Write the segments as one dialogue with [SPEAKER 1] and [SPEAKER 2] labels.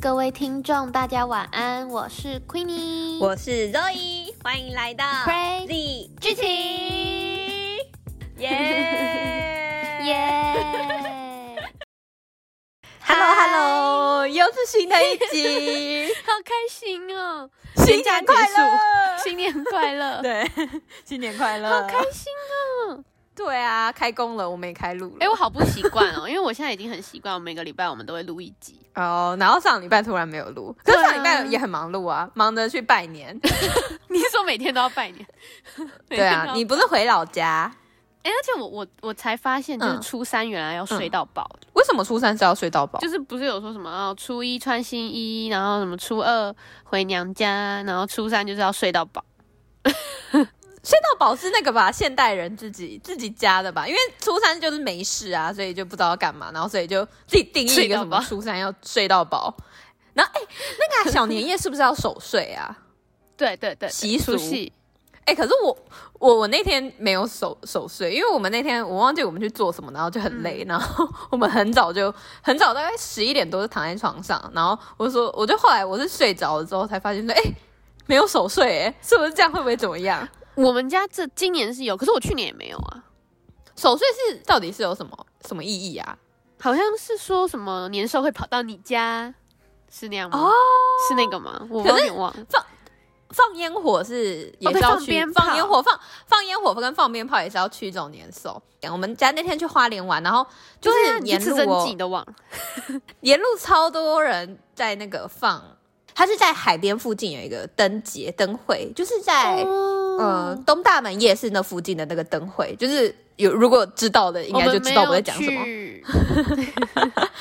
[SPEAKER 1] 各位听众，大家晚安，我是 Queenie，
[SPEAKER 2] 我是 Zoe，欢迎来到
[SPEAKER 1] Crazy
[SPEAKER 2] Z
[SPEAKER 1] 剧情
[SPEAKER 2] 耶
[SPEAKER 1] 耶
[SPEAKER 2] ！Hello Hello，又是新的一集，
[SPEAKER 1] 好开心哦！
[SPEAKER 2] 新年快乐！
[SPEAKER 1] 新年 快乐，
[SPEAKER 2] 对，新年快乐！
[SPEAKER 1] 好开心哦！
[SPEAKER 2] 对啊，开工了，我们也开录了。
[SPEAKER 1] 哎、我好不习惯哦，因为我现在已经很习惯，我每个礼拜我们都会录一集。
[SPEAKER 2] 哦，然后上礼拜突然没有录，可
[SPEAKER 1] 对啊
[SPEAKER 2] 是上礼拜也很忙碌啊，忙着去拜年。
[SPEAKER 1] 你是说每天都要拜年？ 每
[SPEAKER 2] 对
[SPEAKER 1] 天都
[SPEAKER 2] 啊
[SPEAKER 1] 要，
[SPEAKER 2] 你不是回老家？
[SPEAKER 1] 哎、而且我我我才发现，就是
[SPEAKER 2] 嗯
[SPEAKER 1] 初三原来要睡
[SPEAKER 2] 嗯
[SPEAKER 1] 到饱、
[SPEAKER 2] 为什么初三是要睡到饱？
[SPEAKER 1] 就是不是有说什么啊，初一穿新衣，然后什么初二回娘家，然后初三就是要睡到饱。
[SPEAKER 2] 睡到饱是那个吧，现代人自己自己加的吧，因为初三就是没事啊，所以就不知道要干嘛，然后所以就自己定义一
[SPEAKER 1] 睡
[SPEAKER 2] 个
[SPEAKER 1] 到
[SPEAKER 2] 什么
[SPEAKER 1] 饱
[SPEAKER 2] 初三要睡到饱。然后哎、那个啊、小年夜是不是要守岁啊？
[SPEAKER 1] 对对对，对
[SPEAKER 2] 习俗
[SPEAKER 1] 除夕
[SPEAKER 2] 哎、可是我我我那天没有守守岁，因为我们那天我忘记我们去做什么，然后就很累，然后我们很早就很早，大概十一点多就躺在床上，然后我就说我就后来我是睡着了之后才发现说，哎、没有守岁、哎，是不是这样会不会怎么样？
[SPEAKER 1] 我们家这今年是有，可是我去年也没有啊。
[SPEAKER 2] 守岁是到底是有什么什么意义啊？
[SPEAKER 1] 好像是说什么年兽会跑到你家，是那样吗？
[SPEAKER 2] 哦
[SPEAKER 1] 是那个吗？我
[SPEAKER 2] 可是
[SPEAKER 1] 有点忘了。
[SPEAKER 2] 放烟火是也
[SPEAKER 1] 哦
[SPEAKER 2] 是
[SPEAKER 1] 对
[SPEAKER 2] 要
[SPEAKER 1] 放
[SPEAKER 2] 驱、
[SPEAKER 1] 鞭炮
[SPEAKER 2] 放烟火放放烟火跟放鞭炮也是要驱走年兽。我们家那天去花莲玩，然后就
[SPEAKER 1] 对啊
[SPEAKER 2] 是
[SPEAKER 1] 你去
[SPEAKER 2] 沿
[SPEAKER 1] 吃
[SPEAKER 2] 路、
[SPEAKER 1] 蒸
[SPEAKER 2] 哦
[SPEAKER 1] 鸡都忘了。
[SPEAKER 2] 沿路超多人在那个放，它是在海边附近有一个灯节灯会，就是在、
[SPEAKER 1] 哦
[SPEAKER 2] 呃
[SPEAKER 1] 嗯，
[SPEAKER 2] 东大门夜市那附近的那个灯会，就是有如果知道的应该就知道我在讲什么。
[SPEAKER 1] 么。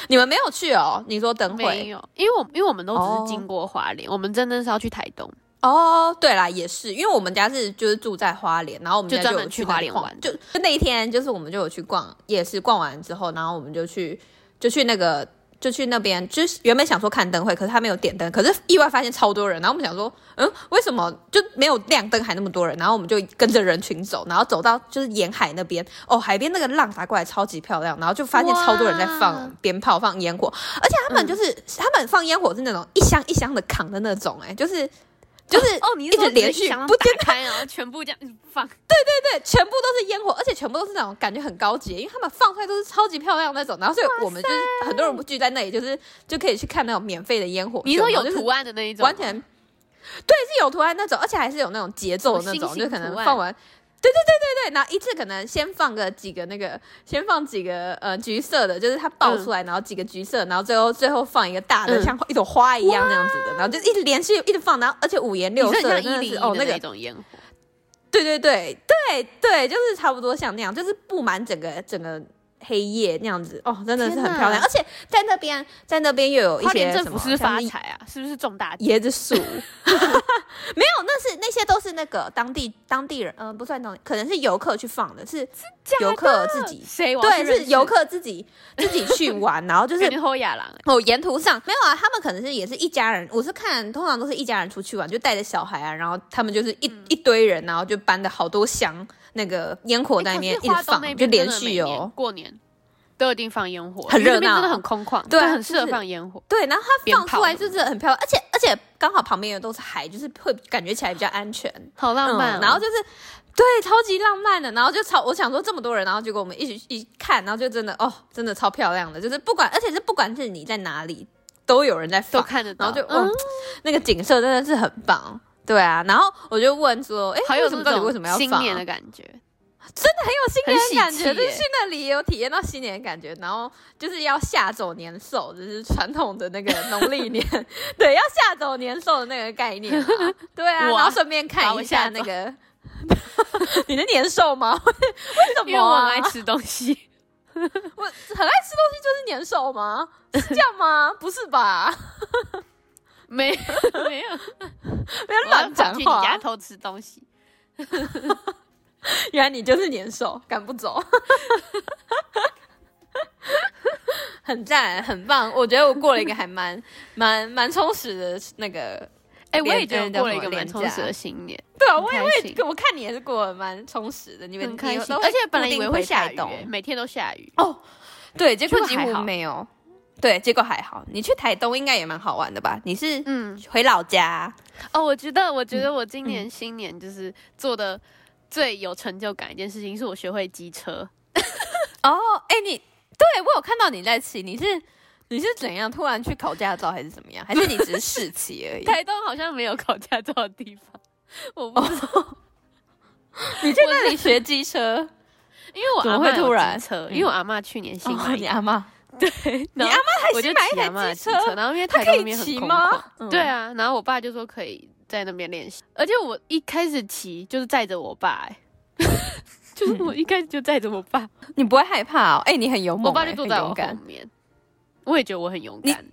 [SPEAKER 2] 你们没有去哦？你说灯
[SPEAKER 1] 没
[SPEAKER 2] 会
[SPEAKER 1] 有，因为我因为我们都只
[SPEAKER 2] 哦
[SPEAKER 1] 是经过花莲，我们真的是要去台东。
[SPEAKER 2] 哦？对啦，也是，因为我们家是就是住在花莲，然后我们
[SPEAKER 1] 就
[SPEAKER 2] 家
[SPEAKER 1] 专
[SPEAKER 2] 有
[SPEAKER 1] 门去
[SPEAKER 2] 去那
[SPEAKER 1] 花
[SPEAKER 2] 里
[SPEAKER 1] 莲
[SPEAKER 2] 晃
[SPEAKER 1] 玩
[SPEAKER 2] 就就那一天就是我们就有去逛夜市，逛完之后，然后我们就去就去那个就去那边，就是原本想说看灯会，可是他没有点灯，可是意外发现超多人，然后我们想说，嗯，为什么就没有亮灯还那么多人？然后我们就跟着人群走，然后走到就是沿海那边，哦，海边那个浪打过来超级漂亮，然后就发现
[SPEAKER 1] 哇
[SPEAKER 2] 超多人在放鞭炮、放烟火，而且
[SPEAKER 1] 嗯
[SPEAKER 2] 他们就是、他们放烟火是那种一箱一箱的扛的那种、哎，就是。就是
[SPEAKER 1] 哦，你
[SPEAKER 2] 一
[SPEAKER 1] 是说
[SPEAKER 2] 直连
[SPEAKER 1] 只是
[SPEAKER 2] 续
[SPEAKER 1] 想要
[SPEAKER 2] 不
[SPEAKER 1] 打开，然后全部这样放。
[SPEAKER 2] 对，全部都是烟火，而且全部都是那种感觉很高级，因为他们放出来都是超级漂亮那种。然后所以我们就是很多人聚在那里，就是就可以去看那种免费的烟火秀。
[SPEAKER 1] 你说有
[SPEAKER 2] 然后就是
[SPEAKER 1] 图案的那一种吗，
[SPEAKER 2] 完全对是有图案那种，而且还是有那种节奏的那
[SPEAKER 1] 什么
[SPEAKER 2] 种，
[SPEAKER 1] 星星
[SPEAKER 2] 就可能
[SPEAKER 1] 图案
[SPEAKER 2] 放完。对对对对对，然后一次可能先放个几个那个，先放几个呃橘色的，就是它爆出来，然后几个橘色，然后最后最后放一个大的，
[SPEAKER 1] 嗯
[SPEAKER 2] 像一朵花一样那样子的，然后就一直连续一直放，然后而且五颜
[SPEAKER 1] 你
[SPEAKER 2] 六
[SPEAKER 1] 说
[SPEAKER 2] 色
[SPEAKER 1] 很
[SPEAKER 2] 的，
[SPEAKER 1] 像
[SPEAKER 2] 真
[SPEAKER 1] 一
[SPEAKER 2] 的
[SPEAKER 1] 零
[SPEAKER 2] 是
[SPEAKER 1] 一
[SPEAKER 2] 哦那
[SPEAKER 1] 的
[SPEAKER 2] 个
[SPEAKER 1] 那种烟火。
[SPEAKER 2] 对对对对对，就是差不多像那样，就是布满整个整个黑夜那样子，哦，真的是
[SPEAKER 1] 天
[SPEAKER 2] 很
[SPEAKER 1] 哪
[SPEAKER 2] 漂亮。而且在那边，在那边又有一
[SPEAKER 1] 花
[SPEAKER 2] 些
[SPEAKER 1] 莲政
[SPEAKER 2] 什
[SPEAKER 1] 府
[SPEAKER 2] 么
[SPEAKER 1] 是不是
[SPEAKER 2] 像
[SPEAKER 1] 发
[SPEAKER 2] 是
[SPEAKER 1] 财啊，是不是中大奖？
[SPEAKER 2] 椰子树， 没有，那是那些都是那个当地当地人，嗯、不算当地，可能是游客去放的，是游客自己，
[SPEAKER 1] 谁？我要
[SPEAKER 2] 对，
[SPEAKER 1] 去认
[SPEAKER 2] 是
[SPEAKER 1] 识
[SPEAKER 2] 游，客自己自己去玩，然后就
[SPEAKER 1] 就是是后亚郎欸。
[SPEAKER 2] 哦，沿途上没有啊，他们可能是也是一家人。我是看通常都是一家人出去玩，就带着小孩啊，然后他们就是一、
[SPEAKER 1] 嗯
[SPEAKER 2] 一堆人，然后就搬的好多箱那个烟火在那边
[SPEAKER 1] 欸可
[SPEAKER 2] 一
[SPEAKER 1] 是
[SPEAKER 2] 直
[SPEAKER 1] 花东
[SPEAKER 2] 放，
[SPEAKER 1] 那边
[SPEAKER 2] 就连
[SPEAKER 1] 真的每
[SPEAKER 2] 续
[SPEAKER 1] 年
[SPEAKER 2] 哦。
[SPEAKER 1] 过年都一定放烟火，
[SPEAKER 2] 很
[SPEAKER 1] 因为
[SPEAKER 2] 热
[SPEAKER 1] 那边真的
[SPEAKER 2] 闹
[SPEAKER 1] 很空旷，
[SPEAKER 2] 对啊
[SPEAKER 1] 很适合
[SPEAKER 2] 就是
[SPEAKER 1] 放烟火。
[SPEAKER 2] 对，然后它
[SPEAKER 1] 鞭
[SPEAKER 2] 放出
[SPEAKER 1] 炮
[SPEAKER 2] 来就是很漂亮，而且而且刚好旁边也都是海，就是会感觉起来比较安全。
[SPEAKER 1] 好浪漫哦、
[SPEAKER 2] 嗯，然后就是对，超级浪漫的，然后就超，我想说这么多人，然后结果我们一起一看，然后就真的哦，真的超漂亮的，就是不管，而且是不管是你在哪里，都有人在
[SPEAKER 1] 都
[SPEAKER 2] 放，
[SPEAKER 1] 看得到，
[SPEAKER 2] 然后就
[SPEAKER 1] 嗯
[SPEAKER 2] 嗯，那个景色真的是很棒。对啊，然后我就问说，哎，
[SPEAKER 1] 好有
[SPEAKER 2] 为什么到底为什么要
[SPEAKER 1] 新
[SPEAKER 2] 放啊？
[SPEAKER 1] 年的感觉，
[SPEAKER 2] 很有新年的感
[SPEAKER 1] 很
[SPEAKER 2] 觉，
[SPEAKER 1] 喜气
[SPEAKER 2] 就是
[SPEAKER 1] 耶
[SPEAKER 2] 去那里也有体验到新年的感觉，然后就是要吓走年兽，就是传统的那个农历年， 对，要吓走年兽的那个概念嘛。 对啊，
[SPEAKER 1] 哇
[SPEAKER 2] 然后顺便
[SPEAKER 1] 把
[SPEAKER 2] 看
[SPEAKER 1] 我
[SPEAKER 2] 一下
[SPEAKER 1] 吓走
[SPEAKER 2] 那个 你的年兽吗？为什么、
[SPEAKER 1] 因为我很
[SPEAKER 2] 啊？
[SPEAKER 1] 爱吃东西，
[SPEAKER 2] 我很爱吃东西，就是年兽吗？是这样吗？不是 吧？
[SPEAKER 1] 没 没有
[SPEAKER 2] 不要
[SPEAKER 1] 我要
[SPEAKER 2] 乱
[SPEAKER 1] 跑
[SPEAKER 2] 讲
[SPEAKER 1] 去你
[SPEAKER 2] 话
[SPEAKER 1] 家。偷吃东西，
[SPEAKER 2] 原来你就是年兽，赶不走， 很赞，很棒。我觉得我过了一个还蛮蛮蛮充实的那个，
[SPEAKER 1] 哎、我也
[SPEAKER 2] 廉
[SPEAKER 1] 觉
[SPEAKER 2] 嗯
[SPEAKER 1] 得
[SPEAKER 2] 叫
[SPEAKER 1] 过了
[SPEAKER 2] 什么
[SPEAKER 1] 一个蛮
[SPEAKER 2] 廉
[SPEAKER 1] 充
[SPEAKER 2] 价
[SPEAKER 1] 实的新年，
[SPEAKER 2] 对啊，
[SPEAKER 1] 很
[SPEAKER 2] 我也
[SPEAKER 1] 开
[SPEAKER 2] 我
[SPEAKER 1] 心
[SPEAKER 2] 也我看你也是过得蛮充实的，你们
[SPEAKER 1] 很开
[SPEAKER 2] 你
[SPEAKER 1] 心，
[SPEAKER 2] 都
[SPEAKER 1] 而且本来
[SPEAKER 2] 固
[SPEAKER 1] 以
[SPEAKER 2] 定
[SPEAKER 1] 为
[SPEAKER 2] 回
[SPEAKER 1] 会下
[SPEAKER 2] 台
[SPEAKER 1] 雨、
[SPEAKER 2] 东
[SPEAKER 1] 欸每天都下雨，
[SPEAKER 2] 对，结
[SPEAKER 1] 结
[SPEAKER 2] 果
[SPEAKER 1] 果
[SPEAKER 2] 几
[SPEAKER 1] 还
[SPEAKER 2] 乎
[SPEAKER 1] 好
[SPEAKER 2] 没有。对，结果还好。你去台东应该也蛮好玩的吧？你是
[SPEAKER 1] 嗯，
[SPEAKER 2] 回老家，
[SPEAKER 1] 哦，我觉得，我觉得我今年新年就是做的最有成就感一件事情，是我学会机车。
[SPEAKER 2] 哦，哎、你对我有看到你在骑，你是你是怎样突然去考驾照还是怎么样？还是你只是试骑 而已？
[SPEAKER 1] 台东好像没有考驾照的地方，我不知道，
[SPEAKER 2] 你在那里学机车？
[SPEAKER 1] 因为我
[SPEAKER 2] 怎么
[SPEAKER 1] 阿
[SPEAKER 2] 会
[SPEAKER 1] 嬷有
[SPEAKER 2] 突然
[SPEAKER 1] 机车，
[SPEAKER 2] 嗯
[SPEAKER 1] 因为我阿嬷去年新买
[SPEAKER 2] 哦，
[SPEAKER 1] 一
[SPEAKER 2] 你
[SPEAKER 1] 台，
[SPEAKER 2] 阿妈，
[SPEAKER 1] 然后
[SPEAKER 2] 你阿
[SPEAKER 1] 我就
[SPEAKER 2] 新买一
[SPEAKER 1] 骑
[SPEAKER 2] 台
[SPEAKER 1] 阿嬷的
[SPEAKER 2] 机
[SPEAKER 1] 机
[SPEAKER 2] 车
[SPEAKER 1] 车，然后因为
[SPEAKER 2] 他
[SPEAKER 1] 台
[SPEAKER 2] 可
[SPEAKER 1] 东那
[SPEAKER 2] 以
[SPEAKER 1] 边很
[SPEAKER 2] 骑
[SPEAKER 1] 空
[SPEAKER 2] 吗
[SPEAKER 1] 旷，？
[SPEAKER 2] 嗯
[SPEAKER 1] 对，啊，然后我爸就说可以在那边练习，而且我一开始骑就是载着我爸、欸， 就是我一开始就载着我 爸，
[SPEAKER 2] 你不会害怕哦？哎、你很勇猛、
[SPEAKER 1] 我爸就
[SPEAKER 2] 哎
[SPEAKER 1] 坐
[SPEAKER 2] 很
[SPEAKER 1] 在
[SPEAKER 2] 勇
[SPEAKER 1] 我后
[SPEAKER 2] 敢
[SPEAKER 1] 面，我也觉得我很勇敢、欸，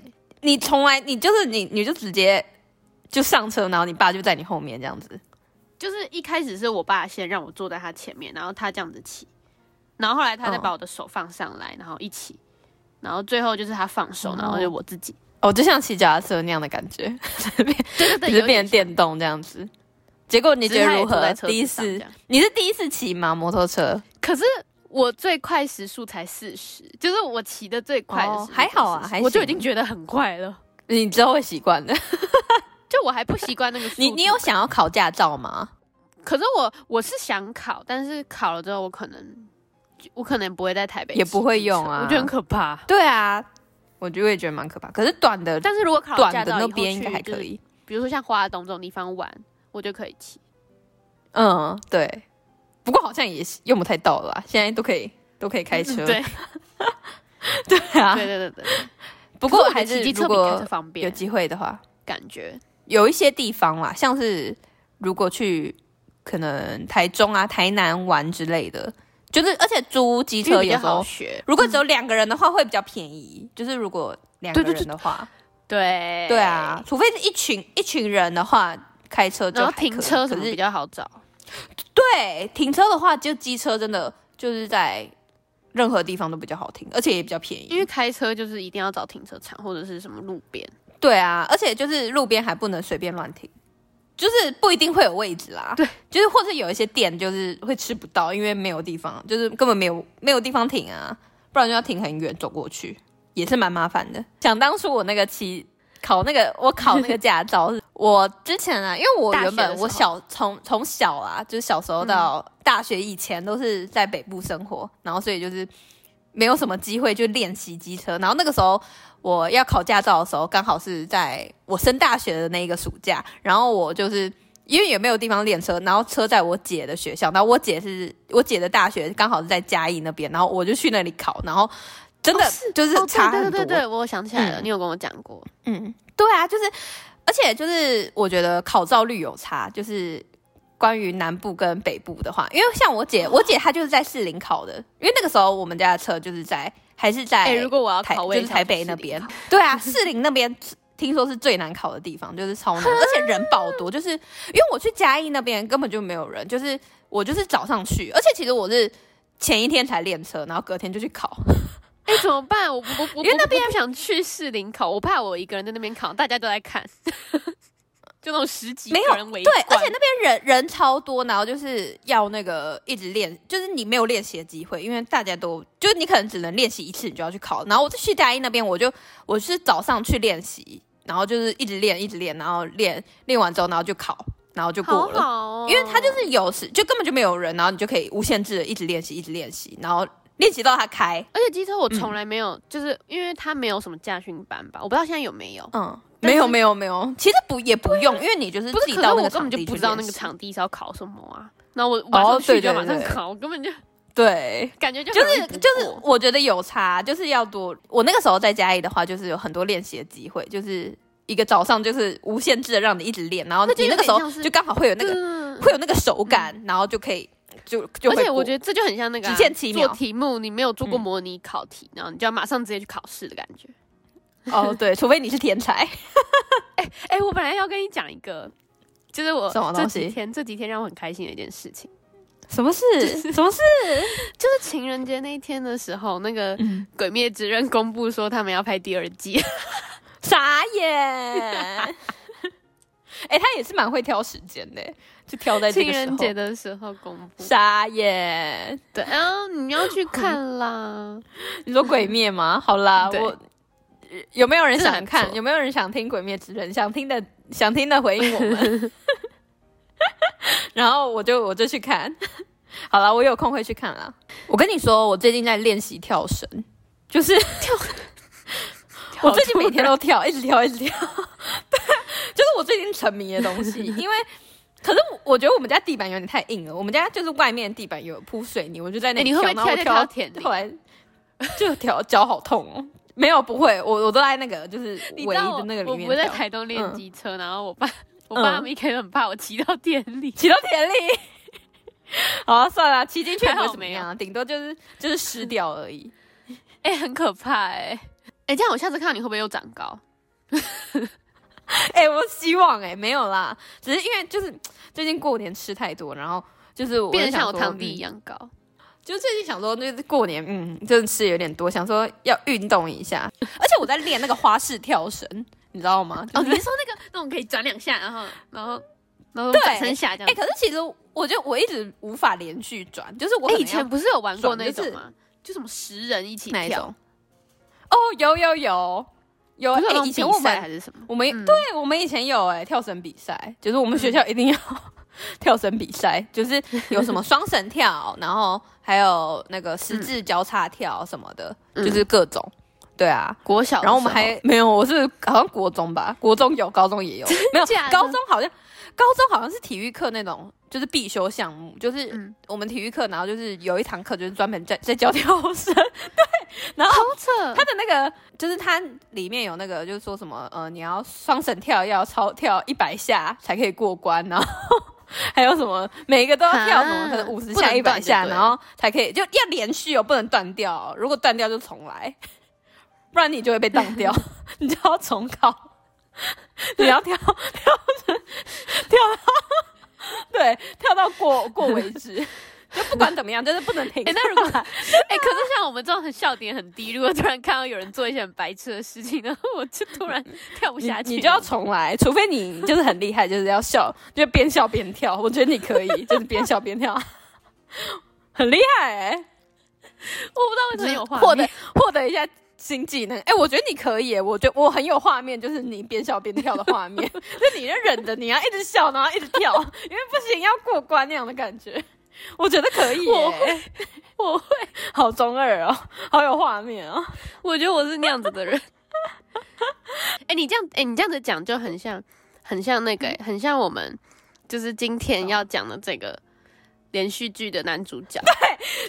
[SPEAKER 2] 你从来你就是你，你就直接就上车，然后你爸就在你后面这样子。
[SPEAKER 1] 就是一开始是我爸先让我坐在他前面，然后他这样子骑，然后后来他再
[SPEAKER 2] 嗯
[SPEAKER 1] 把我的手放上来，然后一起，然后最后就是他放手，然后就我自己，
[SPEAKER 2] 哦，就像骑脚踏车那样的感觉，
[SPEAKER 1] 对对
[SPEAKER 2] 只
[SPEAKER 1] 对，
[SPEAKER 2] 是
[SPEAKER 1] 有
[SPEAKER 2] 变
[SPEAKER 1] 点
[SPEAKER 2] 成电动这样子。结果你觉得如
[SPEAKER 1] 只是他
[SPEAKER 2] 何
[SPEAKER 1] 也坐在？车子
[SPEAKER 2] 第一
[SPEAKER 1] 上
[SPEAKER 2] 次
[SPEAKER 1] 这样，
[SPEAKER 2] 你是第一次骑吗？摩托车？
[SPEAKER 1] 可是我最快时速才四十，就是我骑的最快的时
[SPEAKER 2] 哦
[SPEAKER 1] 速才40、
[SPEAKER 2] 还好啊还
[SPEAKER 1] 我就已
[SPEAKER 2] 行
[SPEAKER 1] 经觉得很快了。
[SPEAKER 2] 你之后会习惯的。
[SPEAKER 1] 就我还不习惯那个速
[SPEAKER 2] 你你有
[SPEAKER 1] 度
[SPEAKER 2] 想要考驾照吗？
[SPEAKER 1] 可是我我是想考，但是考了之后，我可能我可能不会在台北
[SPEAKER 2] 也不
[SPEAKER 1] 骑
[SPEAKER 2] 会
[SPEAKER 1] 机
[SPEAKER 2] 用
[SPEAKER 1] 车
[SPEAKER 2] 啊
[SPEAKER 1] 我觉得很可怕。
[SPEAKER 2] 对啊，我就会觉得蛮可怕。可是短的
[SPEAKER 1] 但是如果考了
[SPEAKER 2] 短
[SPEAKER 1] 驾
[SPEAKER 2] 的
[SPEAKER 1] 照以
[SPEAKER 2] 那
[SPEAKER 1] 后
[SPEAKER 2] 边应该
[SPEAKER 1] 去
[SPEAKER 2] 还
[SPEAKER 1] 就是
[SPEAKER 2] 可以。
[SPEAKER 1] 比如说像花东这种地方玩，我就可以骑。
[SPEAKER 2] 嗯，对。不过好像也是用不太到了啦，现在都可以都可以 开车。
[SPEAKER 1] 嗯对
[SPEAKER 2] 对啊，
[SPEAKER 1] 对对对对。
[SPEAKER 2] 不
[SPEAKER 1] 不过
[SPEAKER 2] 过
[SPEAKER 1] 我
[SPEAKER 2] 还
[SPEAKER 1] 还是
[SPEAKER 2] 是
[SPEAKER 1] 骑机
[SPEAKER 2] 如
[SPEAKER 1] 车比开
[SPEAKER 2] 果
[SPEAKER 1] 车方
[SPEAKER 2] 有
[SPEAKER 1] 便，
[SPEAKER 2] 机会的话，
[SPEAKER 1] 感觉
[SPEAKER 2] 有一些地方啦，像是如果去可能台中啊、台南玩之类的，就是而且租机
[SPEAKER 1] 因为
[SPEAKER 2] 车
[SPEAKER 1] 比
[SPEAKER 2] 有
[SPEAKER 1] 较
[SPEAKER 2] 时
[SPEAKER 1] 好
[SPEAKER 2] 候，
[SPEAKER 1] 学。
[SPEAKER 2] 如果只有两个人的话会比较便宜，就是如果两个
[SPEAKER 1] 对对对
[SPEAKER 2] 人的话，
[SPEAKER 1] 对
[SPEAKER 2] 对啊，，除非是一群一群人的话，开车就
[SPEAKER 1] 然后
[SPEAKER 2] 还可以
[SPEAKER 1] 停车什
[SPEAKER 2] 可
[SPEAKER 1] 么比
[SPEAKER 2] 是
[SPEAKER 1] 较好找。
[SPEAKER 2] 对停车的话，就机车真的就是在任何地方都比较好停，而且也比较便宜。
[SPEAKER 1] 因为开车就是一定要找停车场或者是什么路边，
[SPEAKER 2] 对啊，而且就是路边还不能随便乱停，就是不一定会有位置啦。
[SPEAKER 1] 对，
[SPEAKER 2] 就是或者有一些店就是会吃不到，因为没有地方，就是根本没有没有地方停啊，不然就要停很远走过去，也是蛮麻烦的。想当初我那个骑考那个我考那个驾照，我之前啊，因为我
[SPEAKER 1] 大学的
[SPEAKER 2] 原本
[SPEAKER 1] 时候
[SPEAKER 2] 我小从从小啊，就是小时候到大学以前都是在北部生活，然后所以就是没有什么机会就练习机车。然后那个时候我要考驾照的时候，刚好是在我升大学的那一个暑假，然后我就是。因为也没有地方练车，然后车在我姐的学校，然后我姐是我姐的大学刚好是在嘉义那边，然后我就去那里考，然后真的
[SPEAKER 1] 哦是
[SPEAKER 2] 就是
[SPEAKER 1] 哦，
[SPEAKER 2] 差
[SPEAKER 1] 对
[SPEAKER 2] 很
[SPEAKER 1] 对
[SPEAKER 2] 多，
[SPEAKER 1] 对对对，我想起来了，
[SPEAKER 2] 嗯
[SPEAKER 1] 你有跟我讲过，
[SPEAKER 2] 嗯，对啊，就是，而且就是，我觉得考照率有差，就是关于南部跟北部的话，因为像我姐，我姐她就是在士林考的，因为那个时候我们家的车就是在还是在，
[SPEAKER 1] 哎、如果我要
[SPEAKER 2] 台
[SPEAKER 1] 考，我
[SPEAKER 2] 就
[SPEAKER 1] 也
[SPEAKER 2] 是
[SPEAKER 1] 想
[SPEAKER 2] 台北
[SPEAKER 1] 去
[SPEAKER 2] 那
[SPEAKER 1] 士林
[SPEAKER 2] 边
[SPEAKER 1] 考，
[SPEAKER 2] 对啊， 士林那边听说是最难考的地方，就是超难，而且人爆多，就是因为我去嘉义那边根本就没有人，就是我就是早上去，而且其实我是前一天才练车，然后隔天就去考，
[SPEAKER 1] 哎、怎么办？我我我，
[SPEAKER 2] 因为
[SPEAKER 1] 那边不想去士林考，我怕我一个人在那边考，大家都在看， 就那种十几
[SPEAKER 2] 没有
[SPEAKER 1] 个人围
[SPEAKER 2] 对，而
[SPEAKER 1] 观
[SPEAKER 2] 且那边人人超多，然后就是要那个一直练，就是你没有练习的机会，因为大家都就是你可能只能练习一次，你就要去考。然后我就去大一那边，我就我是早上去练习，然后就是一直练，一直练，然后练练完之后，然后就考，然后就过
[SPEAKER 1] 好
[SPEAKER 2] 了。
[SPEAKER 1] 好哦，
[SPEAKER 2] 因为他就是有时就根本就没有人，然后你就可以无限制的一直练习，一直练习，然后练习到他开。
[SPEAKER 1] 哦而且机车我
[SPEAKER 2] 嗯
[SPEAKER 1] 从来没有，就是因为他没有什么驾训班吧，我不知道现在有没有。
[SPEAKER 2] 嗯，
[SPEAKER 1] 但
[SPEAKER 2] 没有
[SPEAKER 1] 是
[SPEAKER 2] 没有没有，其实不也不用，因为你就是
[SPEAKER 1] 啊不
[SPEAKER 2] 自
[SPEAKER 1] 是，
[SPEAKER 2] 己
[SPEAKER 1] 可是
[SPEAKER 2] 到那
[SPEAKER 1] 我
[SPEAKER 2] 个
[SPEAKER 1] 根
[SPEAKER 2] 场
[SPEAKER 1] 本就
[SPEAKER 2] 地
[SPEAKER 1] 不
[SPEAKER 2] 去
[SPEAKER 1] 知道
[SPEAKER 2] 练
[SPEAKER 1] 那个
[SPEAKER 2] 习
[SPEAKER 1] 场地是要考什么啊。那我马上去
[SPEAKER 2] 对
[SPEAKER 1] 就
[SPEAKER 2] 对
[SPEAKER 1] 马上
[SPEAKER 2] 对
[SPEAKER 1] 考，我根本就
[SPEAKER 2] 对。
[SPEAKER 1] 感觉就
[SPEAKER 2] 就
[SPEAKER 1] 很
[SPEAKER 2] 是
[SPEAKER 1] 容易不
[SPEAKER 2] 就是
[SPEAKER 1] 过，
[SPEAKER 2] 我觉得有差，就是要多。我那个时候在家里的话，就是有很多练习的机会，就是一个早上就是无限制的让你一直练，然后
[SPEAKER 1] 那就
[SPEAKER 2] 你
[SPEAKER 1] 有
[SPEAKER 2] 那个时候
[SPEAKER 1] 点像是
[SPEAKER 2] 就刚好会有那个、
[SPEAKER 1] 嗯
[SPEAKER 2] 会有那个手感，然后就可以就就
[SPEAKER 1] 而
[SPEAKER 2] 会
[SPEAKER 1] 且我
[SPEAKER 2] 过
[SPEAKER 1] 觉得这就很像那个、啊、
[SPEAKER 2] 极限奇妙
[SPEAKER 1] 做题目，你没有做过
[SPEAKER 2] 嗯
[SPEAKER 1] 模拟考题，然后你就要马上直接去考试的感觉。
[SPEAKER 2] 哦对，除非你是天 才，
[SPEAKER 1] 哎、我本来要跟你讲一个，就是我
[SPEAKER 2] 什么
[SPEAKER 1] 这
[SPEAKER 2] 东
[SPEAKER 1] 几
[SPEAKER 2] 西
[SPEAKER 1] 天这几天让我很开心的一件事情，
[SPEAKER 2] 什么事什么事？
[SPEAKER 1] 就是情人节那一天的时候，那个《鬼灭之刃》公布说他们要拍第二季，
[SPEAKER 2] 傻眼！ 哎、他也是蛮会挑时间的，就挑 在这
[SPEAKER 1] 情
[SPEAKER 2] 个时
[SPEAKER 1] 人节
[SPEAKER 2] 候。
[SPEAKER 1] 的时啊候公布。啊
[SPEAKER 2] 傻眼！
[SPEAKER 1] 对，然后你要去看啦。
[SPEAKER 2] 你说鬼灭吗？好啦，
[SPEAKER 1] 对
[SPEAKER 2] 我有没有人
[SPEAKER 1] 真的
[SPEAKER 2] 想
[SPEAKER 1] 很不
[SPEAKER 2] 看？
[SPEAKER 1] 错
[SPEAKER 2] 有没有人想听《鬼灭之刃》？想听的想听的回应我们。 然后我就我就去看，好了，我有空会去看啦。我跟你说，我最近在练习跳绳，就是我最近每 天都跳，一直跳，一直跳。对， 就是我最近沉迷的东西，因为。可是我我觉得我们家地板有点太硬了，我们家就是外面地板有铺水泥，我就在那
[SPEAKER 1] 哎
[SPEAKER 2] 里
[SPEAKER 1] 你会不会
[SPEAKER 2] 然后我
[SPEAKER 1] 跳一
[SPEAKER 2] 跳
[SPEAKER 1] 跳
[SPEAKER 2] 到
[SPEAKER 1] 到田里
[SPEAKER 2] 后来就跳脚好痛哦。没有，不会，我我都在那个就是
[SPEAKER 1] 你
[SPEAKER 2] 围
[SPEAKER 1] 知道我
[SPEAKER 2] 的那个里
[SPEAKER 1] 我
[SPEAKER 2] 面
[SPEAKER 1] 我在
[SPEAKER 2] 跳
[SPEAKER 1] 台东练
[SPEAKER 2] 嗯
[SPEAKER 1] 机车，然后我爸我爸他们一开始很怕我骑到店里，
[SPEAKER 2] 骑到田里。 好、啊，算了，骑进去也不
[SPEAKER 1] 还
[SPEAKER 2] 会
[SPEAKER 1] 好
[SPEAKER 2] 怎么
[SPEAKER 1] 没有
[SPEAKER 2] 样，顶多就是就是湿掉而 已。
[SPEAKER 1] 哎、很可怕哎、哎、这样我下次看到你会不会又长高？
[SPEAKER 2] 哎、我希望哎、没有啦，只是因为就是最近过年吃太多，然后就是我
[SPEAKER 1] 变得
[SPEAKER 2] 就想
[SPEAKER 1] 像我
[SPEAKER 2] 说
[SPEAKER 1] 堂弟
[SPEAKER 2] 嗯
[SPEAKER 1] 一样 高。
[SPEAKER 2] 就最近想说，就是过年，嗯，真的吃有点多，想说要运动一下。而且我在练那个花式跳绳，你知道吗？就
[SPEAKER 1] 哦，
[SPEAKER 2] 是
[SPEAKER 1] 你是说那个那种可以转两下，然后然后然后
[SPEAKER 2] 对
[SPEAKER 1] 转三下这
[SPEAKER 2] 哎、
[SPEAKER 1] 样？
[SPEAKER 2] 可是其实我就我一直无法连续转，就是我可
[SPEAKER 1] 哎、
[SPEAKER 2] 能
[SPEAKER 1] 以前
[SPEAKER 2] 要
[SPEAKER 1] 不是有玩过
[SPEAKER 2] 转
[SPEAKER 1] 那
[SPEAKER 2] 就是
[SPEAKER 1] 种吗？就什么十人一起
[SPEAKER 2] 哪一
[SPEAKER 1] 跳
[SPEAKER 2] 种，？哦，有有有有，哎
[SPEAKER 1] 不是、有那
[SPEAKER 2] 以
[SPEAKER 1] 种
[SPEAKER 2] 前
[SPEAKER 1] 比
[SPEAKER 2] 我
[SPEAKER 1] 赛
[SPEAKER 2] 们
[SPEAKER 1] 还是什么？
[SPEAKER 2] 我们、对我们以前有哎、跳绳比赛，就是我们学校一定要、 跳绳比赛，就是有什么双绳跳，然后还有那个十字交叉跳什么的，
[SPEAKER 1] 嗯
[SPEAKER 2] 就是各种。对啊，
[SPEAKER 1] 国小的
[SPEAKER 2] 然后我们
[SPEAKER 1] 时候
[SPEAKER 2] 还没有，我是好像国中吧，国中有，高中也有，没有
[SPEAKER 1] 假的
[SPEAKER 2] 高中好像高中好像是体育课那种，就是必修项目，就是
[SPEAKER 1] 嗯，
[SPEAKER 2] 我们体育课，然后就是有一堂课就是专门在在教 跳绳，对，然后
[SPEAKER 1] 好 扯
[SPEAKER 2] 它，的那个就是它里面有那个就是说什么呃，你要双绳跳要超跳一百下才可以过关，然后还有什么每一个都要跳什么，
[SPEAKER 1] 啊
[SPEAKER 2] 可能五十
[SPEAKER 1] 不
[SPEAKER 2] 下
[SPEAKER 1] 能
[SPEAKER 2] 一百
[SPEAKER 1] 断就
[SPEAKER 2] 下，
[SPEAKER 1] 对
[SPEAKER 2] 然后才可以就要连续哦，不能断掉哦、如果断掉就重来，不然你就会被当 掉，你就要重考， 你要跳跳跳到对跳到过过为止。就不管怎么样，就是不能停下
[SPEAKER 1] 哎
[SPEAKER 2] 来。
[SPEAKER 1] 那如果 哎、可是像我们这种很笑点很低，如果突然看到有人做一些很白痴的事情，然后我就突然跳不
[SPEAKER 2] 你
[SPEAKER 1] 下去，
[SPEAKER 2] 你就要重来，除非你就是很厉害，就是要笑，就边笑边跳。我觉得你可以，就是边笑边跳， 很厉害哎、
[SPEAKER 1] 我不知道为什么有画
[SPEAKER 2] 获得
[SPEAKER 1] 面，
[SPEAKER 2] 获得一下新技能。哎、我觉得你可以、欸，我觉得我很有画面，就是你边笑边跳的画面， 就你就忍着，你要一直笑，然后一直跳，因为不行要过关那样的感觉。我觉得可以、欸，
[SPEAKER 1] 我
[SPEAKER 2] 会，我会，好中二哦，好有画面哦。
[SPEAKER 1] 我觉得我是那样子的人。哎、你这样，哎、你这样子讲就很像，很像那个、哎很像我们就是今天要讲的这个连续剧的男主角，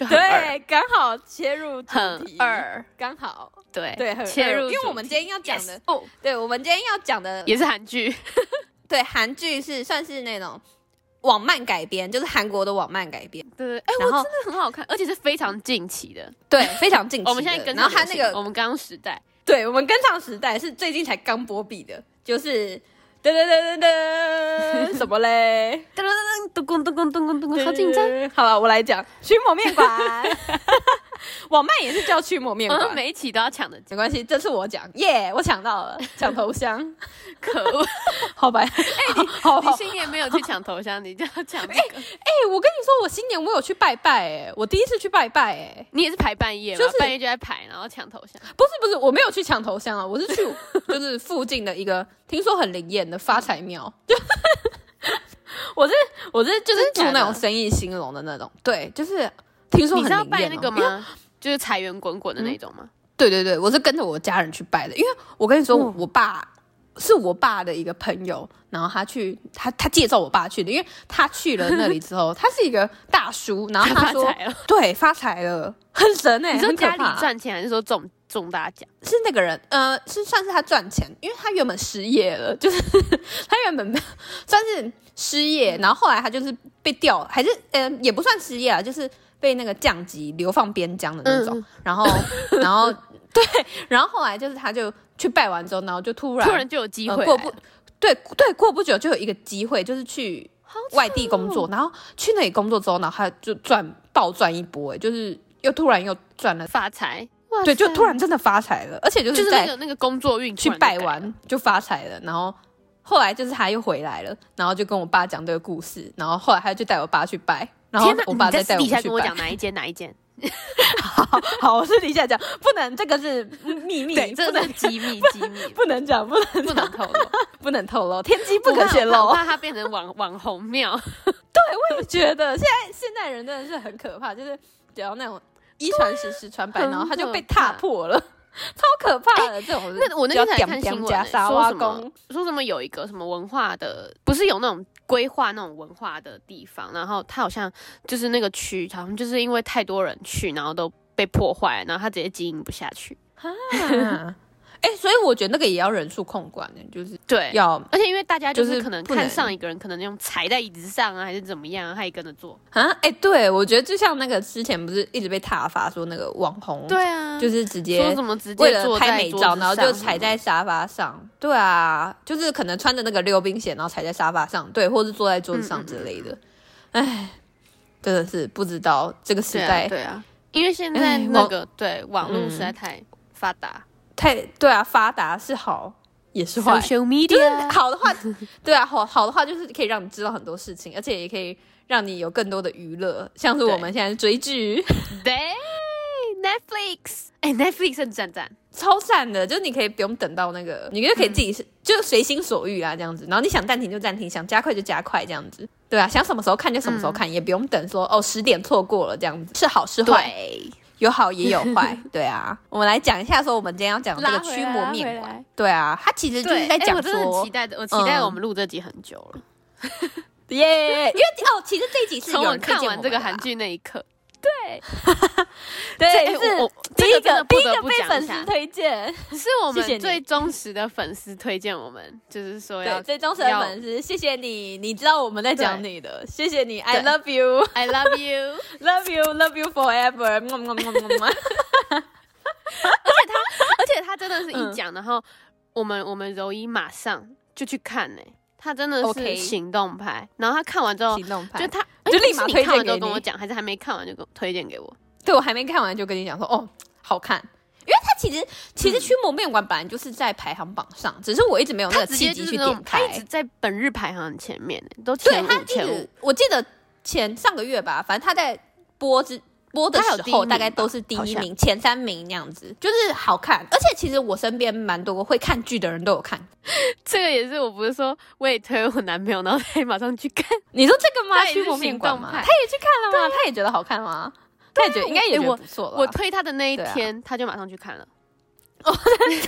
[SPEAKER 1] 对，就很二，
[SPEAKER 2] 对，刚好切入主
[SPEAKER 1] 很
[SPEAKER 2] 题，
[SPEAKER 1] 二，
[SPEAKER 2] 刚好。
[SPEAKER 1] 对
[SPEAKER 2] 对，很
[SPEAKER 1] 切入
[SPEAKER 2] 因
[SPEAKER 1] 主题，
[SPEAKER 2] 为我们今天要讲的
[SPEAKER 1] Yes，哦，
[SPEAKER 2] 对，我们今天要讲的
[SPEAKER 1] 也是韩剧，
[SPEAKER 2] 对韩剧是算是那种网漫改编，就是韩国的网漫改编，
[SPEAKER 1] 对，哎、
[SPEAKER 2] 然
[SPEAKER 1] 我
[SPEAKER 2] 后
[SPEAKER 1] 真的很好看，而且是非常近期的。
[SPEAKER 2] 对，非常近期的。
[SPEAKER 1] 我们现在跟
[SPEAKER 2] 然
[SPEAKER 1] 上
[SPEAKER 2] 后他
[SPEAKER 1] 流
[SPEAKER 2] 那
[SPEAKER 1] 行
[SPEAKER 2] 个，
[SPEAKER 1] 我们刚刚时代，
[SPEAKER 2] 对我们跟上时代是最近才刚播毕的，就是噔噔噔噔 噔什么嘞？
[SPEAKER 1] 噔噔噔噔，咚咚咚咚咚咚咚，好紧张。
[SPEAKER 2] 噔。好了，我来讲驱魔面馆， 网漫也是叫驱魔面
[SPEAKER 1] 我们
[SPEAKER 2] 馆。
[SPEAKER 1] 每一期都要抢的，
[SPEAKER 2] 嗯没关系，这次我讲，耶、我抢到了，抢头香，
[SPEAKER 1] 可恶！
[SPEAKER 2] 好白，哎、你好
[SPEAKER 1] 你
[SPEAKER 2] 好
[SPEAKER 1] 新年没有去抢头香，你就要抢这个。
[SPEAKER 2] 哎、我跟你说，我新年我有去拜拜、哎，我第一次去拜拜、哎，
[SPEAKER 1] 你也是排半夜吗？
[SPEAKER 2] 就是
[SPEAKER 1] 半夜就在排，然后抢头香。
[SPEAKER 2] 不是不是，我没有去抢头香啊，我是去就是附近的一个听说很灵验的发财庙，就我是我是就是
[SPEAKER 1] 真的
[SPEAKER 2] 住
[SPEAKER 1] 假的
[SPEAKER 2] 那种生意兴隆的那种，对，就是听说
[SPEAKER 1] 你
[SPEAKER 2] 很灵
[SPEAKER 1] 是要
[SPEAKER 2] 验、
[SPEAKER 1] 拜那个
[SPEAKER 2] 因为？
[SPEAKER 1] 吗？就是财源滚滚的那种吗？
[SPEAKER 2] 对对对，我是跟着我家人去拜的，因为我跟你说，
[SPEAKER 1] 嗯
[SPEAKER 2] 我爸是我爸的一个朋友，然后他去他他介绍我爸去的，因为他去了那里之后，他是一个大叔，然后他
[SPEAKER 1] 发
[SPEAKER 2] 说
[SPEAKER 1] 财了！
[SPEAKER 2] 对，发财了，很神哎、
[SPEAKER 1] 你
[SPEAKER 2] 欸，
[SPEAKER 1] 说
[SPEAKER 2] 很可
[SPEAKER 1] 家
[SPEAKER 2] 怕
[SPEAKER 1] 里赚钱，还是说中中大奖？
[SPEAKER 2] 是那个人，呃，是算是他赚钱，因为他原本失业了，就是 他原本 算是失业，然后后来他就是被调，还是呃也不算失业啊，就是被那个降级流放边疆的那种，
[SPEAKER 1] 嗯
[SPEAKER 2] 然后然后 对，然后后来就是他就去拜完之后，然后就突然
[SPEAKER 1] 突然就有机会
[SPEAKER 2] 呃
[SPEAKER 1] 来
[SPEAKER 2] 过
[SPEAKER 1] 了，
[SPEAKER 2] 不对对过不久就有一个机会，就是去外地工作，
[SPEAKER 1] 哦
[SPEAKER 2] 然后去那里工作之后，然后他就赚暴赚一波、欸，就是又突然又赚了。
[SPEAKER 1] 发财！哇
[SPEAKER 2] 对，就
[SPEAKER 1] 塞
[SPEAKER 2] 突然真的发财了，而且就
[SPEAKER 1] 就是是
[SPEAKER 2] 在
[SPEAKER 1] 那个那个工作运
[SPEAKER 2] 去
[SPEAKER 1] 突然就
[SPEAKER 2] 拜
[SPEAKER 1] 改了，
[SPEAKER 2] 完就发财了，然后后来就是他又回来了，然后就跟我爸讲这个故事，然后后来他就带我爸去拜，然后
[SPEAKER 1] 天哪！
[SPEAKER 2] 我爸
[SPEAKER 1] 你在
[SPEAKER 2] 再带
[SPEAKER 1] 私
[SPEAKER 2] 我们
[SPEAKER 1] 底下
[SPEAKER 2] 去
[SPEAKER 1] 跟我
[SPEAKER 2] 拜
[SPEAKER 1] 讲。哪一间哪一间？
[SPEAKER 2] 好 好，我私底下讲，不能，这个是秘密，
[SPEAKER 1] 对，
[SPEAKER 2] 不
[SPEAKER 1] 这是
[SPEAKER 2] 能
[SPEAKER 1] 机密机密，
[SPEAKER 2] 不能 讲，不能
[SPEAKER 1] 不能透露，
[SPEAKER 2] 不能透露，天机不可
[SPEAKER 1] 我怕
[SPEAKER 2] 泄露
[SPEAKER 1] 我。怕它变成网网红庙。
[SPEAKER 2] 我觉得现在现代人真的是很可怕，就是只要那种一传十，十传百，
[SPEAKER 1] 很
[SPEAKER 2] 然后他就被
[SPEAKER 1] 可怕
[SPEAKER 2] 踏破了， 超可怕的这种。
[SPEAKER 1] 哎那我那
[SPEAKER 2] 只要
[SPEAKER 1] 天才看
[SPEAKER 2] 点
[SPEAKER 1] 新
[SPEAKER 2] 点
[SPEAKER 1] 闻、
[SPEAKER 2] 加
[SPEAKER 1] 欸，
[SPEAKER 2] 沙
[SPEAKER 1] 说
[SPEAKER 2] 挖
[SPEAKER 1] 什么
[SPEAKER 2] 工
[SPEAKER 1] 说什么有一个什么文化的，不是有那种规划那种文化的地方，然后他好像就是那个区，好像就是因为太多人去，然后都被破坏，然后他直接经营不下去。
[SPEAKER 2] 嗯哎、所以我觉得那个也要人数控管的，就是
[SPEAKER 1] 对，
[SPEAKER 2] 要
[SPEAKER 1] 而且因为大家就
[SPEAKER 2] 就是是
[SPEAKER 1] 可能
[SPEAKER 2] 不
[SPEAKER 1] 看
[SPEAKER 2] 能
[SPEAKER 1] 上一个人，可能用踩在椅子上啊，还是怎么样，他也跟着做。
[SPEAKER 2] 啊，哎、对我觉得就像那个之前不是一直被挞伐说那个网红，、
[SPEAKER 1] 对啊，
[SPEAKER 2] 就是直
[SPEAKER 1] 说
[SPEAKER 2] 接
[SPEAKER 1] 什么直接
[SPEAKER 2] 为了
[SPEAKER 1] 坐
[SPEAKER 2] 拍
[SPEAKER 1] 在
[SPEAKER 2] 美
[SPEAKER 1] 桌
[SPEAKER 2] 照，
[SPEAKER 1] 子
[SPEAKER 2] 然后就
[SPEAKER 1] 上
[SPEAKER 2] 踩
[SPEAKER 1] 什么
[SPEAKER 2] 在沙发上，对啊，就是可能穿着那个溜冰鞋，然后踩在沙发上，对，或是坐在桌子
[SPEAKER 1] 嗯
[SPEAKER 2] 上之类的，哎、真的是不知道这个时
[SPEAKER 1] 对
[SPEAKER 2] 代
[SPEAKER 1] 啊对啊，因为现在
[SPEAKER 2] 哎
[SPEAKER 1] 那
[SPEAKER 2] 网
[SPEAKER 1] 个对网络实在
[SPEAKER 2] 嗯
[SPEAKER 1] 太发达
[SPEAKER 2] 太对啊，发达是好也是坏，
[SPEAKER 1] ，social
[SPEAKER 2] 就是
[SPEAKER 1] media
[SPEAKER 2] 好的话，对啊，好好的话就是可以让你知道很多事情，而且也可以让你有更多的娱乐，像是我们现在追剧，
[SPEAKER 1] 对，Netflix，哎、n e t f l i x 很赞赞，
[SPEAKER 2] 超赞的，就是你可以不用等到那个，你就可以自己、就随心所欲啊，这样子，然后你想暂停就暂停，想加快就加快，这样子，对啊，想什么时候看就什么
[SPEAKER 1] 嗯
[SPEAKER 2] 时候看，也不用等说哦十点错过了这样子，是好是坏，
[SPEAKER 1] 对，
[SPEAKER 2] 有好也有坏，对啊，我们来讲一下说我们今天要讲的这
[SPEAKER 1] 拉
[SPEAKER 2] 个
[SPEAKER 1] 回
[SPEAKER 2] 驱
[SPEAKER 1] 来
[SPEAKER 2] 魔
[SPEAKER 1] 拉回
[SPEAKER 2] 面
[SPEAKER 1] 来
[SPEAKER 2] 馆，对啊，它其实就是
[SPEAKER 1] 对，
[SPEAKER 2] 在
[SPEAKER 1] 哎
[SPEAKER 2] 讲
[SPEAKER 1] 我真的
[SPEAKER 2] 说
[SPEAKER 1] 很期。待的，我期待
[SPEAKER 2] 嗯
[SPEAKER 1] 我们录这集很久了，
[SPEAKER 2] 耶因为哦，其实这一集是
[SPEAKER 1] 从
[SPEAKER 2] 有
[SPEAKER 1] 我
[SPEAKER 2] 人推
[SPEAKER 1] 看
[SPEAKER 2] 荐
[SPEAKER 1] 完
[SPEAKER 2] 我
[SPEAKER 1] 这个
[SPEAKER 2] 们的
[SPEAKER 1] 韩
[SPEAKER 2] 啦
[SPEAKER 1] 剧那一刻，
[SPEAKER 2] 对，
[SPEAKER 1] 哎
[SPEAKER 2] 是
[SPEAKER 1] 我我
[SPEAKER 2] 第
[SPEAKER 1] 这
[SPEAKER 2] 一
[SPEAKER 1] 个真
[SPEAKER 2] 个
[SPEAKER 1] 的不
[SPEAKER 2] 第一
[SPEAKER 1] 得
[SPEAKER 2] 个
[SPEAKER 1] 不
[SPEAKER 2] 被
[SPEAKER 1] 讲
[SPEAKER 2] 粉丝
[SPEAKER 1] 一下，
[SPEAKER 2] 推荐，
[SPEAKER 1] 是我
[SPEAKER 2] 谢谢
[SPEAKER 1] 们
[SPEAKER 2] 你
[SPEAKER 1] 最忠实的粉丝推荐我们，就是说要
[SPEAKER 2] 对，最忠实的粉丝，谢谢你，你知道我们在讲你的，谢谢你，I
[SPEAKER 1] 对
[SPEAKER 2] love you，love
[SPEAKER 1] I love you，
[SPEAKER 2] you，love you forever，么 么么么么，
[SPEAKER 1] 而且他真的是一讲，然后我们我们柔一马上就去看呢、他真的
[SPEAKER 2] OK
[SPEAKER 1] 是行动派，然后他看完之后。
[SPEAKER 2] 行动
[SPEAKER 1] 就
[SPEAKER 2] 派。
[SPEAKER 1] 他
[SPEAKER 2] 就
[SPEAKER 1] 哎
[SPEAKER 2] 立
[SPEAKER 1] 是
[SPEAKER 2] 马
[SPEAKER 1] 你
[SPEAKER 2] 推
[SPEAKER 1] 看
[SPEAKER 2] 荐
[SPEAKER 1] 完之后
[SPEAKER 2] 给
[SPEAKER 1] 跟我
[SPEAKER 2] 你
[SPEAKER 1] 讲，还是还没看完就跟推荐给我？
[SPEAKER 2] 对我还没看完就跟你讲说，哦，好看。因为它其实其实驱魔面馆本来就是在排行榜上，只是我一直没有那
[SPEAKER 1] 嗯他
[SPEAKER 2] 个
[SPEAKER 1] 直
[SPEAKER 2] 契
[SPEAKER 1] 接
[SPEAKER 2] 机
[SPEAKER 1] 就
[SPEAKER 2] 去
[SPEAKER 1] 是那种
[SPEAKER 2] 点，开
[SPEAKER 1] 他。一直在本日排行很前面欸，都
[SPEAKER 2] 对
[SPEAKER 1] 前
[SPEAKER 2] 他
[SPEAKER 1] 五
[SPEAKER 2] 一
[SPEAKER 1] 前五
[SPEAKER 2] 直，，我记得前上个月吧，反正他在播之播的
[SPEAKER 1] 他有
[SPEAKER 2] 时
[SPEAKER 1] 第一
[SPEAKER 2] 候，
[SPEAKER 1] 名
[SPEAKER 2] 大概都是第
[SPEAKER 1] 好
[SPEAKER 2] 一
[SPEAKER 1] 像
[SPEAKER 2] 名、前三名那样子，就是好看。而且其实我身边蛮多会看剧的人都有看。
[SPEAKER 1] 这个也是我不是说我也推我男朋友，然后他也马上去 看，
[SPEAKER 2] 你说这个吗？
[SPEAKER 1] 他也
[SPEAKER 2] 驱
[SPEAKER 1] 是
[SPEAKER 2] 魔面馆吗？
[SPEAKER 1] 行动派
[SPEAKER 2] 他也去看了吗？他也觉得好看吗？他也觉得应该也
[SPEAKER 1] 哎
[SPEAKER 2] 觉得
[SPEAKER 1] 我
[SPEAKER 2] 不错了。
[SPEAKER 1] 我推他的那一
[SPEAKER 2] 对啊
[SPEAKER 1] 天，他就马上去看了。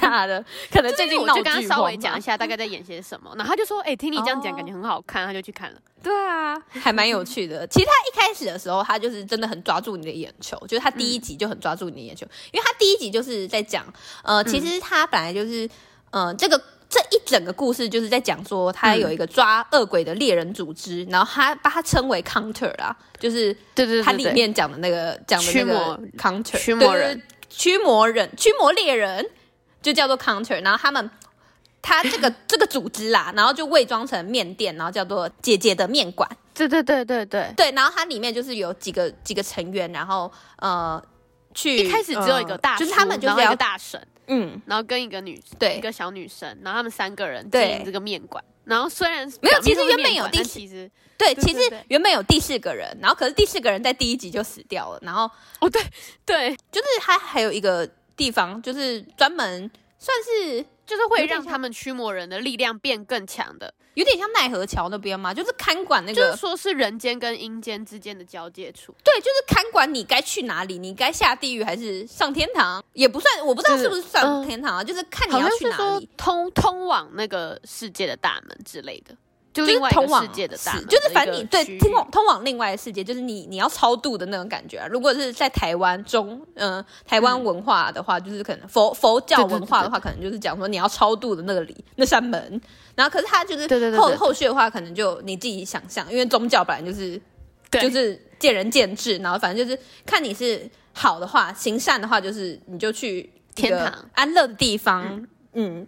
[SPEAKER 2] 假的， 可能最
[SPEAKER 1] 最近
[SPEAKER 2] 近
[SPEAKER 1] 我
[SPEAKER 2] 闹
[SPEAKER 1] 就跟他
[SPEAKER 2] 剧
[SPEAKER 1] 稍
[SPEAKER 2] 荒哦
[SPEAKER 1] 微讲
[SPEAKER 2] 吧
[SPEAKER 1] 一下大概在演些什么，然后他就说：“哎，听你这样讲，感觉很好看。”他就去看了。
[SPEAKER 2] 对啊，还蛮有趣 的。其实他一开始的时候，他就是真的很抓住你的眼球，就是他第一集就很抓住你的眼球，因为他第一集就是在讲，
[SPEAKER 1] 嗯
[SPEAKER 2] 呃，其实他本来就是，呃，这个。这一整个故事就是在讲说，
[SPEAKER 1] 嗯
[SPEAKER 2] 他有一个抓恶鬼的猎人组织，然后他把它称为 counter 啦，就是
[SPEAKER 1] 对对对，
[SPEAKER 2] 它
[SPEAKER 1] 对
[SPEAKER 2] 里
[SPEAKER 1] 对
[SPEAKER 2] 面讲的那个讲的那
[SPEAKER 1] 驱魔
[SPEAKER 2] 个 counter
[SPEAKER 1] 驱魔人
[SPEAKER 2] 对对对驱魔人驱魔猎人就叫做 counter，然后他们。他这个 这个组织啦，然后就伪装成面店，然后叫做姐姐的面馆。
[SPEAKER 1] 对对对对对，
[SPEAKER 2] 对，然后它里面就是有几个几个成员，然后呃去
[SPEAKER 1] 一开始只有一个大
[SPEAKER 2] 呃
[SPEAKER 1] 叔，
[SPEAKER 2] 就是他们就
[SPEAKER 1] 然
[SPEAKER 2] 是
[SPEAKER 1] 后一
[SPEAKER 2] 要
[SPEAKER 1] 个大神，
[SPEAKER 2] 嗯
[SPEAKER 1] 然后跟一个女
[SPEAKER 2] 对
[SPEAKER 1] 一个小女生，然后他们三个人经
[SPEAKER 2] 对
[SPEAKER 1] 营这个面馆。然后虽然
[SPEAKER 2] 没有
[SPEAKER 1] 表面
[SPEAKER 2] 其实
[SPEAKER 1] 上是
[SPEAKER 2] 原本
[SPEAKER 1] 面
[SPEAKER 2] 有
[SPEAKER 1] 馆
[SPEAKER 2] 第
[SPEAKER 1] 但
[SPEAKER 2] 四
[SPEAKER 1] 其实
[SPEAKER 2] 对，
[SPEAKER 1] 对
[SPEAKER 2] 其
[SPEAKER 1] 对
[SPEAKER 2] 实
[SPEAKER 1] 对
[SPEAKER 2] 原本有第四个人，然后可是第四个人在第一集就死掉了，然后
[SPEAKER 1] 哦对对，
[SPEAKER 2] 就是他还有一个地方就是专门算是
[SPEAKER 1] 就是会
[SPEAKER 2] 有点
[SPEAKER 1] 让
[SPEAKER 2] 像
[SPEAKER 1] 他们驱魔人的力量变更强的，
[SPEAKER 2] 有点像奈何桥那边嘛，就是看管那
[SPEAKER 1] 就
[SPEAKER 2] 个，
[SPEAKER 1] 是说是人间跟阴间之间的交界处。
[SPEAKER 2] 对，就是看管你该去哪里，你该下地狱还是上天堂，也不算，我不知道
[SPEAKER 1] 就是是嗯
[SPEAKER 2] 不是上天堂啊，就是看你
[SPEAKER 1] 好
[SPEAKER 2] 要
[SPEAKER 1] 像
[SPEAKER 2] 去
[SPEAKER 1] 是
[SPEAKER 2] 哪
[SPEAKER 1] 说
[SPEAKER 2] 里，
[SPEAKER 1] 通通往那个世界的大门之类的，就
[SPEAKER 2] 就是
[SPEAKER 1] 另外一
[SPEAKER 2] 通
[SPEAKER 1] 个
[SPEAKER 2] 往
[SPEAKER 1] 世界的大门，
[SPEAKER 2] 就是反正你对
[SPEAKER 1] 听
[SPEAKER 2] 通往通往另外的世界，就是你你要超度的那种感觉、啊。如果是在台湾中，嗯、台湾文化的话，就是可能佛佛教
[SPEAKER 1] 对对
[SPEAKER 2] 文化的话，可能就是讲说你要超度的那个里那扇门，然后可是他就是
[SPEAKER 1] 对对对
[SPEAKER 2] 后
[SPEAKER 1] 对对
[SPEAKER 2] 后续的话，可能就你自己想象，因为宗教本来就是
[SPEAKER 1] 对
[SPEAKER 2] 就是见仁见智，然后反正就是看你是好的话，行善的话，就是你就去一个
[SPEAKER 1] 天堂
[SPEAKER 2] 安乐的地方。嗯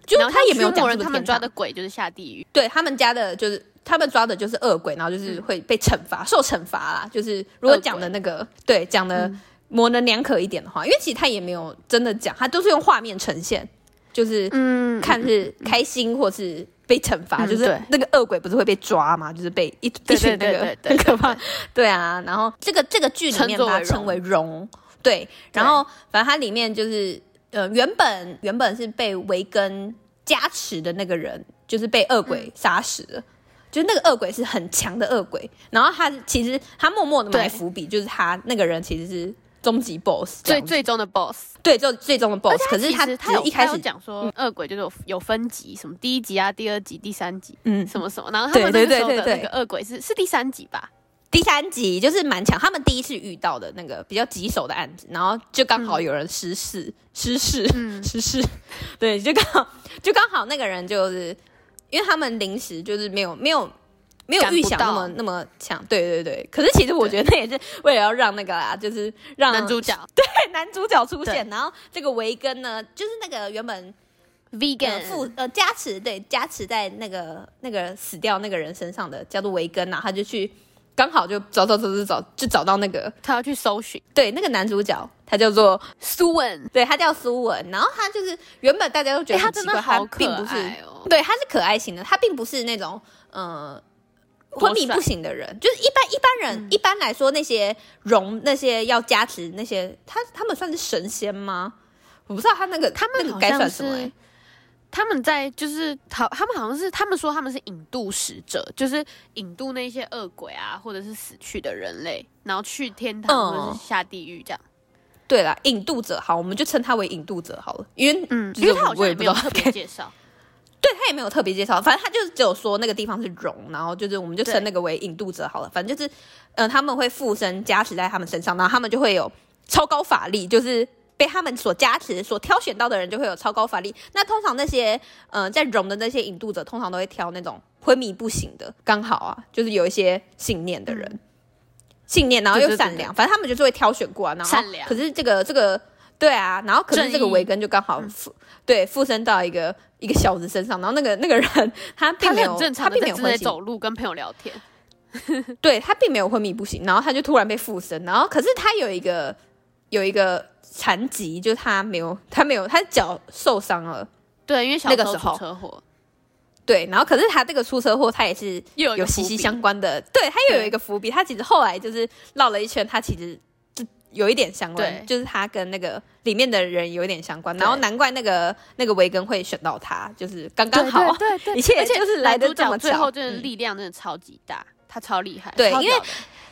[SPEAKER 2] 就
[SPEAKER 1] 然后
[SPEAKER 2] 他也没有
[SPEAKER 1] 驱
[SPEAKER 2] 讲是
[SPEAKER 1] 魔人
[SPEAKER 2] 不是
[SPEAKER 1] 他们
[SPEAKER 2] 天
[SPEAKER 1] 抓
[SPEAKER 2] 堂
[SPEAKER 1] 的鬼就是下地狱，
[SPEAKER 2] 对他们家的就是他们抓的就是恶鬼，然后
[SPEAKER 1] 嗯
[SPEAKER 2] 就是会被惩罚，受惩罚啦。就是如果讲的那个对讲的
[SPEAKER 1] 嗯
[SPEAKER 2] 模棱两可一点的话，因为其实他也没有真的讲，他都是用画面呈现，就是
[SPEAKER 1] 嗯，
[SPEAKER 2] 看是开心或是。被惩罚
[SPEAKER 1] 嗯
[SPEAKER 2] 就是
[SPEAKER 1] 对
[SPEAKER 2] 那个恶鬼不是会被抓嘛，就是被一一
[SPEAKER 1] 对
[SPEAKER 2] 群那
[SPEAKER 1] 对对
[SPEAKER 2] 个
[SPEAKER 1] 对对
[SPEAKER 2] 很可怕，对啊。然后这个这个剧里
[SPEAKER 1] 称
[SPEAKER 2] 面
[SPEAKER 1] 作
[SPEAKER 2] 把它
[SPEAKER 1] 为
[SPEAKER 2] 称为
[SPEAKER 1] 荣
[SPEAKER 2] 荣，对，然后反正它里面就是呃，原本原本是被维根加持的那个人，就是被恶
[SPEAKER 1] 嗯
[SPEAKER 2] 鬼杀死的。就是那个恶鬼是很强的恶鬼，然后他其实他默默的埋
[SPEAKER 1] 对
[SPEAKER 2] 伏笔，就是他那个人其实是终极 BOSS，这
[SPEAKER 1] 最
[SPEAKER 2] 样子
[SPEAKER 1] 最终的 boss。
[SPEAKER 2] 对就最终的 BOSS。可是他
[SPEAKER 1] 他
[SPEAKER 2] 只
[SPEAKER 1] 其实他
[SPEAKER 2] 是
[SPEAKER 1] 有
[SPEAKER 2] 一开
[SPEAKER 1] 他有
[SPEAKER 2] 始嗯
[SPEAKER 1] 讲说，恶鬼就是有有分级，什么第一集啊、第二集、第三集，
[SPEAKER 2] 嗯
[SPEAKER 1] 什么什么。然后他
[SPEAKER 2] 对
[SPEAKER 1] 们
[SPEAKER 2] 对
[SPEAKER 1] 那个时候
[SPEAKER 2] 对
[SPEAKER 1] 的
[SPEAKER 2] 对
[SPEAKER 1] 那个恶鬼是是第三集吧？
[SPEAKER 2] 第三集就是蛮强，他们第一次遇到的那个比较棘手的案子，然后就刚好有人失事，失事，
[SPEAKER 1] 嗯
[SPEAKER 2] 失事， 对，就刚好就刚好那个人就是，因为他们临时就是没有没有没有
[SPEAKER 1] 赶不
[SPEAKER 2] 预想那
[SPEAKER 1] 到
[SPEAKER 2] 么那么强，对对对。可是其实我觉得那也是为了要让那个啦，就是让
[SPEAKER 1] 男主角
[SPEAKER 2] 男主角出现，然后这个维根呢，就是那个原本呃
[SPEAKER 1] vegan
[SPEAKER 2] 附呃加持对加持在那个那个死掉那个人身上的叫做维根呐、他就去刚好就找找找找找就找到那个
[SPEAKER 1] 他要去搜寻
[SPEAKER 2] 对那个男主角，他叫做
[SPEAKER 1] 苏文，
[SPEAKER 2] 对他叫苏文，然后他就是原本大家都觉
[SPEAKER 1] 哎，
[SPEAKER 2] 得
[SPEAKER 1] 他
[SPEAKER 2] 很
[SPEAKER 1] 真
[SPEAKER 2] 奇
[SPEAKER 1] 的
[SPEAKER 2] 怪，
[SPEAKER 1] 好可
[SPEAKER 2] 并不是
[SPEAKER 1] 爱哦。
[SPEAKER 2] 对，他是可爱型的，他并不是那种呃
[SPEAKER 1] 多
[SPEAKER 2] 昏迷
[SPEAKER 1] 帅嗯
[SPEAKER 2] 不醒的人，就是一般一般人、一般来说那些容那些要加持那些，他他们算是神仙吗？我不知道他那个
[SPEAKER 1] 他们
[SPEAKER 2] 那个
[SPEAKER 1] 好
[SPEAKER 2] 该算
[SPEAKER 1] 像
[SPEAKER 2] 什么、欸
[SPEAKER 1] 是，他们在就是好，他们好像是他们说他们是引渡使者，就是引渡那些恶鬼啊，或者是死去的人类，然后去天堂
[SPEAKER 2] 嗯
[SPEAKER 1] 或者是下地狱这样。
[SPEAKER 2] 对啦，引渡者好，我们就称他为引渡者好了，因为
[SPEAKER 1] 嗯，
[SPEAKER 2] 就
[SPEAKER 1] 因
[SPEAKER 2] 是
[SPEAKER 1] 为他好
[SPEAKER 2] 我
[SPEAKER 1] 像
[SPEAKER 2] 也
[SPEAKER 1] 也
[SPEAKER 2] 不
[SPEAKER 1] 没
[SPEAKER 2] 知道
[SPEAKER 1] 有特别介绍。
[SPEAKER 2] 对他也没有特别介绍，反正他就是只有说那个地方是龙，然后就是我们就称那个为引渡者好了，反正就是嗯、呃他们会附身加持在他们身上，然后他们就会有超高法力，就是。被他们所加持、所挑选到的人就会有超高法力。那通常那些，呃，在龙的那些引渡者，通常都会挑那种昏迷不醒的，刚好啊，就是有一些信念的人，信念，然后又
[SPEAKER 1] 嗯对对对
[SPEAKER 2] 善良，反正他们就是会挑选过啊。然后，
[SPEAKER 1] 善良
[SPEAKER 2] 可是这个这个，对啊，然后可是这个
[SPEAKER 1] 正义嗯
[SPEAKER 2] 维根就刚好附、对附身到一个一个小子身上，然后那个那个人他并
[SPEAKER 1] 他
[SPEAKER 2] 没
[SPEAKER 1] 是
[SPEAKER 2] 有
[SPEAKER 1] 很正常的
[SPEAKER 2] 并没
[SPEAKER 1] 在
[SPEAKER 2] 有
[SPEAKER 1] 之
[SPEAKER 2] 昏
[SPEAKER 1] 内
[SPEAKER 2] 醒，
[SPEAKER 1] 走路跟朋友聊天，
[SPEAKER 2] 对他并没有昏迷不醒，然后他就突然被附身，然后可是他有一个有一个残疾，就是他没有他没有他脚受伤了，
[SPEAKER 1] 对，因为小
[SPEAKER 2] 那个
[SPEAKER 1] 时候
[SPEAKER 2] 时候
[SPEAKER 1] 出车祸，
[SPEAKER 2] 对，然后可是他这个出车祸，他也是
[SPEAKER 1] 又有一
[SPEAKER 2] 有
[SPEAKER 1] 个
[SPEAKER 2] 息
[SPEAKER 1] 伏
[SPEAKER 2] 息
[SPEAKER 1] 笔
[SPEAKER 2] 相关的，对他又有
[SPEAKER 1] 对
[SPEAKER 2] 一个伏笔，他其实后来就是绕了一圈，他其实就有一点相关，
[SPEAKER 1] 对
[SPEAKER 2] 就是他跟那个里面的人有一点相关，然后
[SPEAKER 1] 对
[SPEAKER 2] 难怪那个那个维根会选到他，就是刚刚好，
[SPEAKER 1] 对对 对
[SPEAKER 2] 一 切
[SPEAKER 1] 而且
[SPEAKER 2] 就是来得
[SPEAKER 1] 男主
[SPEAKER 2] 这么
[SPEAKER 1] 角最
[SPEAKER 2] 巧
[SPEAKER 1] 后真的
[SPEAKER 2] 嗯
[SPEAKER 1] 力量真的超级大，他超厉害。
[SPEAKER 2] 对
[SPEAKER 1] 超
[SPEAKER 2] 因为
[SPEAKER 1] 屌的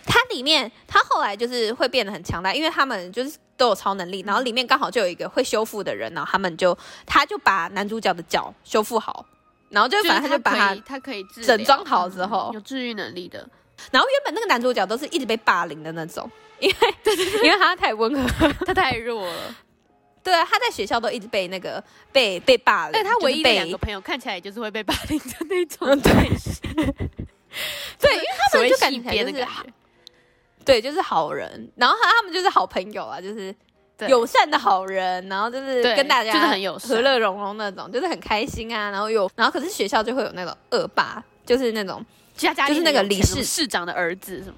[SPEAKER 2] 它里面，它后来就是会变得很强大，因为他们就是都有超能力，然后里面刚好就有一个会修复的人，然后他们就他就把男主角的脚修复好，然后就
[SPEAKER 1] 就是
[SPEAKER 2] 反正就把他
[SPEAKER 1] 他可以，他可以治
[SPEAKER 2] 整
[SPEAKER 1] 疗嗯
[SPEAKER 2] 装好之后
[SPEAKER 1] 有治愈能力 的，
[SPEAKER 2] 然后原本那个男主角都是一直被霸凌的那种，因为 因为他太温和，
[SPEAKER 1] 他太 弱了。
[SPEAKER 2] 对啊，他在学校都一直被那个被被霸凌，
[SPEAKER 1] 但他唯一
[SPEAKER 2] 就
[SPEAKER 1] 的
[SPEAKER 2] 是
[SPEAKER 1] 两
[SPEAKER 2] 被
[SPEAKER 1] 个朋友看起来也就是会被霸凌的那种
[SPEAKER 2] 嗯，对， 对，因为他
[SPEAKER 1] 所
[SPEAKER 2] 们
[SPEAKER 1] 谓
[SPEAKER 2] 就感
[SPEAKER 1] 戏
[SPEAKER 2] 觉
[SPEAKER 1] 边
[SPEAKER 2] 就
[SPEAKER 1] 的
[SPEAKER 2] 是
[SPEAKER 1] 感
[SPEAKER 2] 好
[SPEAKER 1] 觉。
[SPEAKER 2] 对，就是好人，然后他他们就是好朋友啊，就是
[SPEAKER 1] 对
[SPEAKER 2] 友善的好人，然后就是
[SPEAKER 1] 对
[SPEAKER 2] 跟大家
[SPEAKER 1] 就是很友善
[SPEAKER 2] 和乐融融那种，就是很开心啊，然后有，然后可是学校就会有那种恶霸，就是那种
[SPEAKER 1] 家家
[SPEAKER 2] 就是那个李
[SPEAKER 1] 市
[SPEAKER 2] 世
[SPEAKER 1] 市长的儿子什么，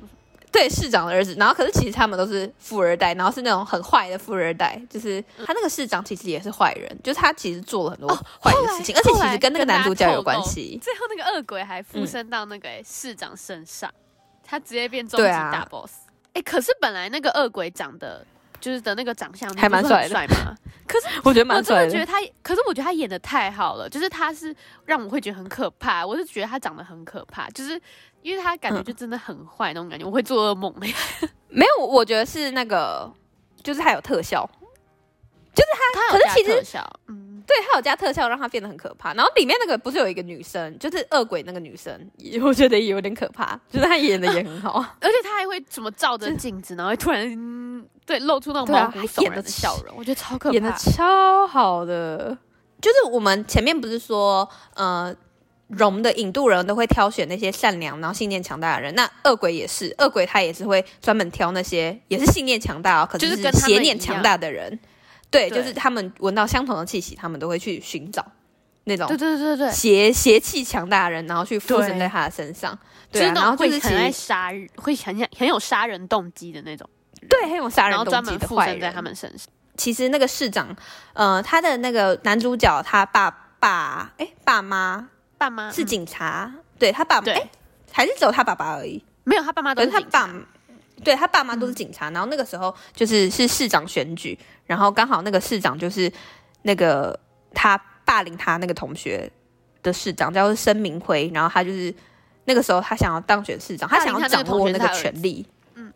[SPEAKER 2] 对市长的儿子，然后可是其实他们都是富二代，然后是那种很坏的富二代，就是他那个市长其实也是坏人，就是他其实做了很多坏的事情，
[SPEAKER 1] 哦后来
[SPEAKER 2] 而且
[SPEAKER 1] 后
[SPEAKER 2] 其
[SPEAKER 1] 来
[SPEAKER 2] 实跟那个
[SPEAKER 1] 跟大
[SPEAKER 2] 男主
[SPEAKER 1] 家
[SPEAKER 2] 角
[SPEAKER 1] 透
[SPEAKER 2] 有关
[SPEAKER 1] 露
[SPEAKER 2] 系，
[SPEAKER 1] 最后那个恶鬼还附
[SPEAKER 2] 嗯
[SPEAKER 1] 身到那个、欸市长身上，他直接变终极
[SPEAKER 2] 对啊
[SPEAKER 1] 大 boss。哎、可是本来那个恶鬼长得就是的那个长相，
[SPEAKER 2] 还蛮
[SPEAKER 1] 你不是很
[SPEAKER 2] 帅
[SPEAKER 1] 帅嘛。可是
[SPEAKER 2] 我觉得
[SPEAKER 1] 我
[SPEAKER 2] 蛮
[SPEAKER 1] 真
[SPEAKER 2] 帅
[SPEAKER 1] 的觉得
[SPEAKER 2] 的。
[SPEAKER 1] 他，可是我觉得他演的太好了，就是他是让我会觉得很可怕，我是觉得他长得很可怕，就是因为他感觉
[SPEAKER 2] 嗯
[SPEAKER 1] 就真的很坏那种感觉，我会 做噩梦、欸。
[SPEAKER 2] 没有，我觉得是那个，就是他有特效，
[SPEAKER 1] 他
[SPEAKER 2] 可
[SPEAKER 1] 有
[SPEAKER 2] 是
[SPEAKER 1] 加
[SPEAKER 2] 其实
[SPEAKER 1] 特效，嗯，
[SPEAKER 2] 对他有加特效，让他变得很可怕。然后里面那个不是有一个女生，就是恶鬼那个女生，也我觉得也有点可怕，就是她演的也很好。
[SPEAKER 1] 而且他还会怎么照着镜子，然后会突然、嗯对露出那种
[SPEAKER 2] 对啊
[SPEAKER 1] 毛骨
[SPEAKER 2] 他
[SPEAKER 1] 悚
[SPEAKER 2] 演
[SPEAKER 1] 然
[SPEAKER 2] 得
[SPEAKER 1] 的笑容，我觉得超可怕。
[SPEAKER 2] 演的超好的。就是我们前面不是说，呃，容的引渡人都会挑选那些善良然后信念强大的人，那恶鬼也是，恶鬼他也是会专门挑那些也是信念强大哦，可
[SPEAKER 1] 就是是
[SPEAKER 2] 是
[SPEAKER 1] 跟他们
[SPEAKER 2] 邪念
[SPEAKER 1] 一
[SPEAKER 2] 强
[SPEAKER 1] 样
[SPEAKER 2] 大的人。对，
[SPEAKER 1] 对
[SPEAKER 2] 就是他们闻到相同的气息，他们都会去寻找那种
[SPEAKER 1] 对对对对对，
[SPEAKER 2] 邪邪气强大的人，然后去附身
[SPEAKER 1] 对
[SPEAKER 2] 在他的身上。对
[SPEAKER 1] 就是
[SPEAKER 2] 啊，
[SPEAKER 1] 那
[SPEAKER 2] 然后
[SPEAKER 1] 种
[SPEAKER 2] 就
[SPEAKER 1] 会
[SPEAKER 2] 是其
[SPEAKER 1] 很爱
[SPEAKER 2] 实
[SPEAKER 1] 杀人，会很想很有杀人动机的那种，
[SPEAKER 2] 对很有杀
[SPEAKER 1] 然
[SPEAKER 2] 人
[SPEAKER 1] 后
[SPEAKER 2] 动
[SPEAKER 1] 专
[SPEAKER 2] 机
[SPEAKER 1] 门
[SPEAKER 2] 的
[SPEAKER 1] 附
[SPEAKER 2] 坏
[SPEAKER 1] 身在
[SPEAKER 2] 人
[SPEAKER 1] 他。们身上。
[SPEAKER 2] 其实那个市长，呃，他的那个男主角他爸爸，哎，爸妈
[SPEAKER 1] 爸妈
[SPEAKER 2] 是
[SPEAKER 1] 嗯
[SPEAKER 2] 警察，对他爸妈，
[SPEAKER 1] 对
[SPEAKER 2] 哎，还是只有他爸爸而已，
[SPEAKER 1] 没有，他爸妈都
[SPEAKER 2] 可是
[SPEAKER 1] 是
[SPEAKER 2] 他
[SPEAKER 1] 警察
[SPEAKER 2] 爸，对他爸妈都是警察，然后那个时候就是是市长选举，然后刚好那个市长就是那个他霸凌他那个同学的市长叫申明辉，然后他就是那个时候他想要当选市长，
[SPEAKER 1] 霸
[SPEAKER 2] 他
[SPEAKER 1] 凌
[SPEAKER 2] 想要
[SPEAKER 1] 他那个
[SPEAKER 2] 掌握
[SPEAKER 1] 同学
[SPEAKER 2] 那
[SPEAKER 1] 是
[SPEAKER 2] 个
[SPEAKER 1] 他儿子
[SPEAKER 2] 权力，嗯，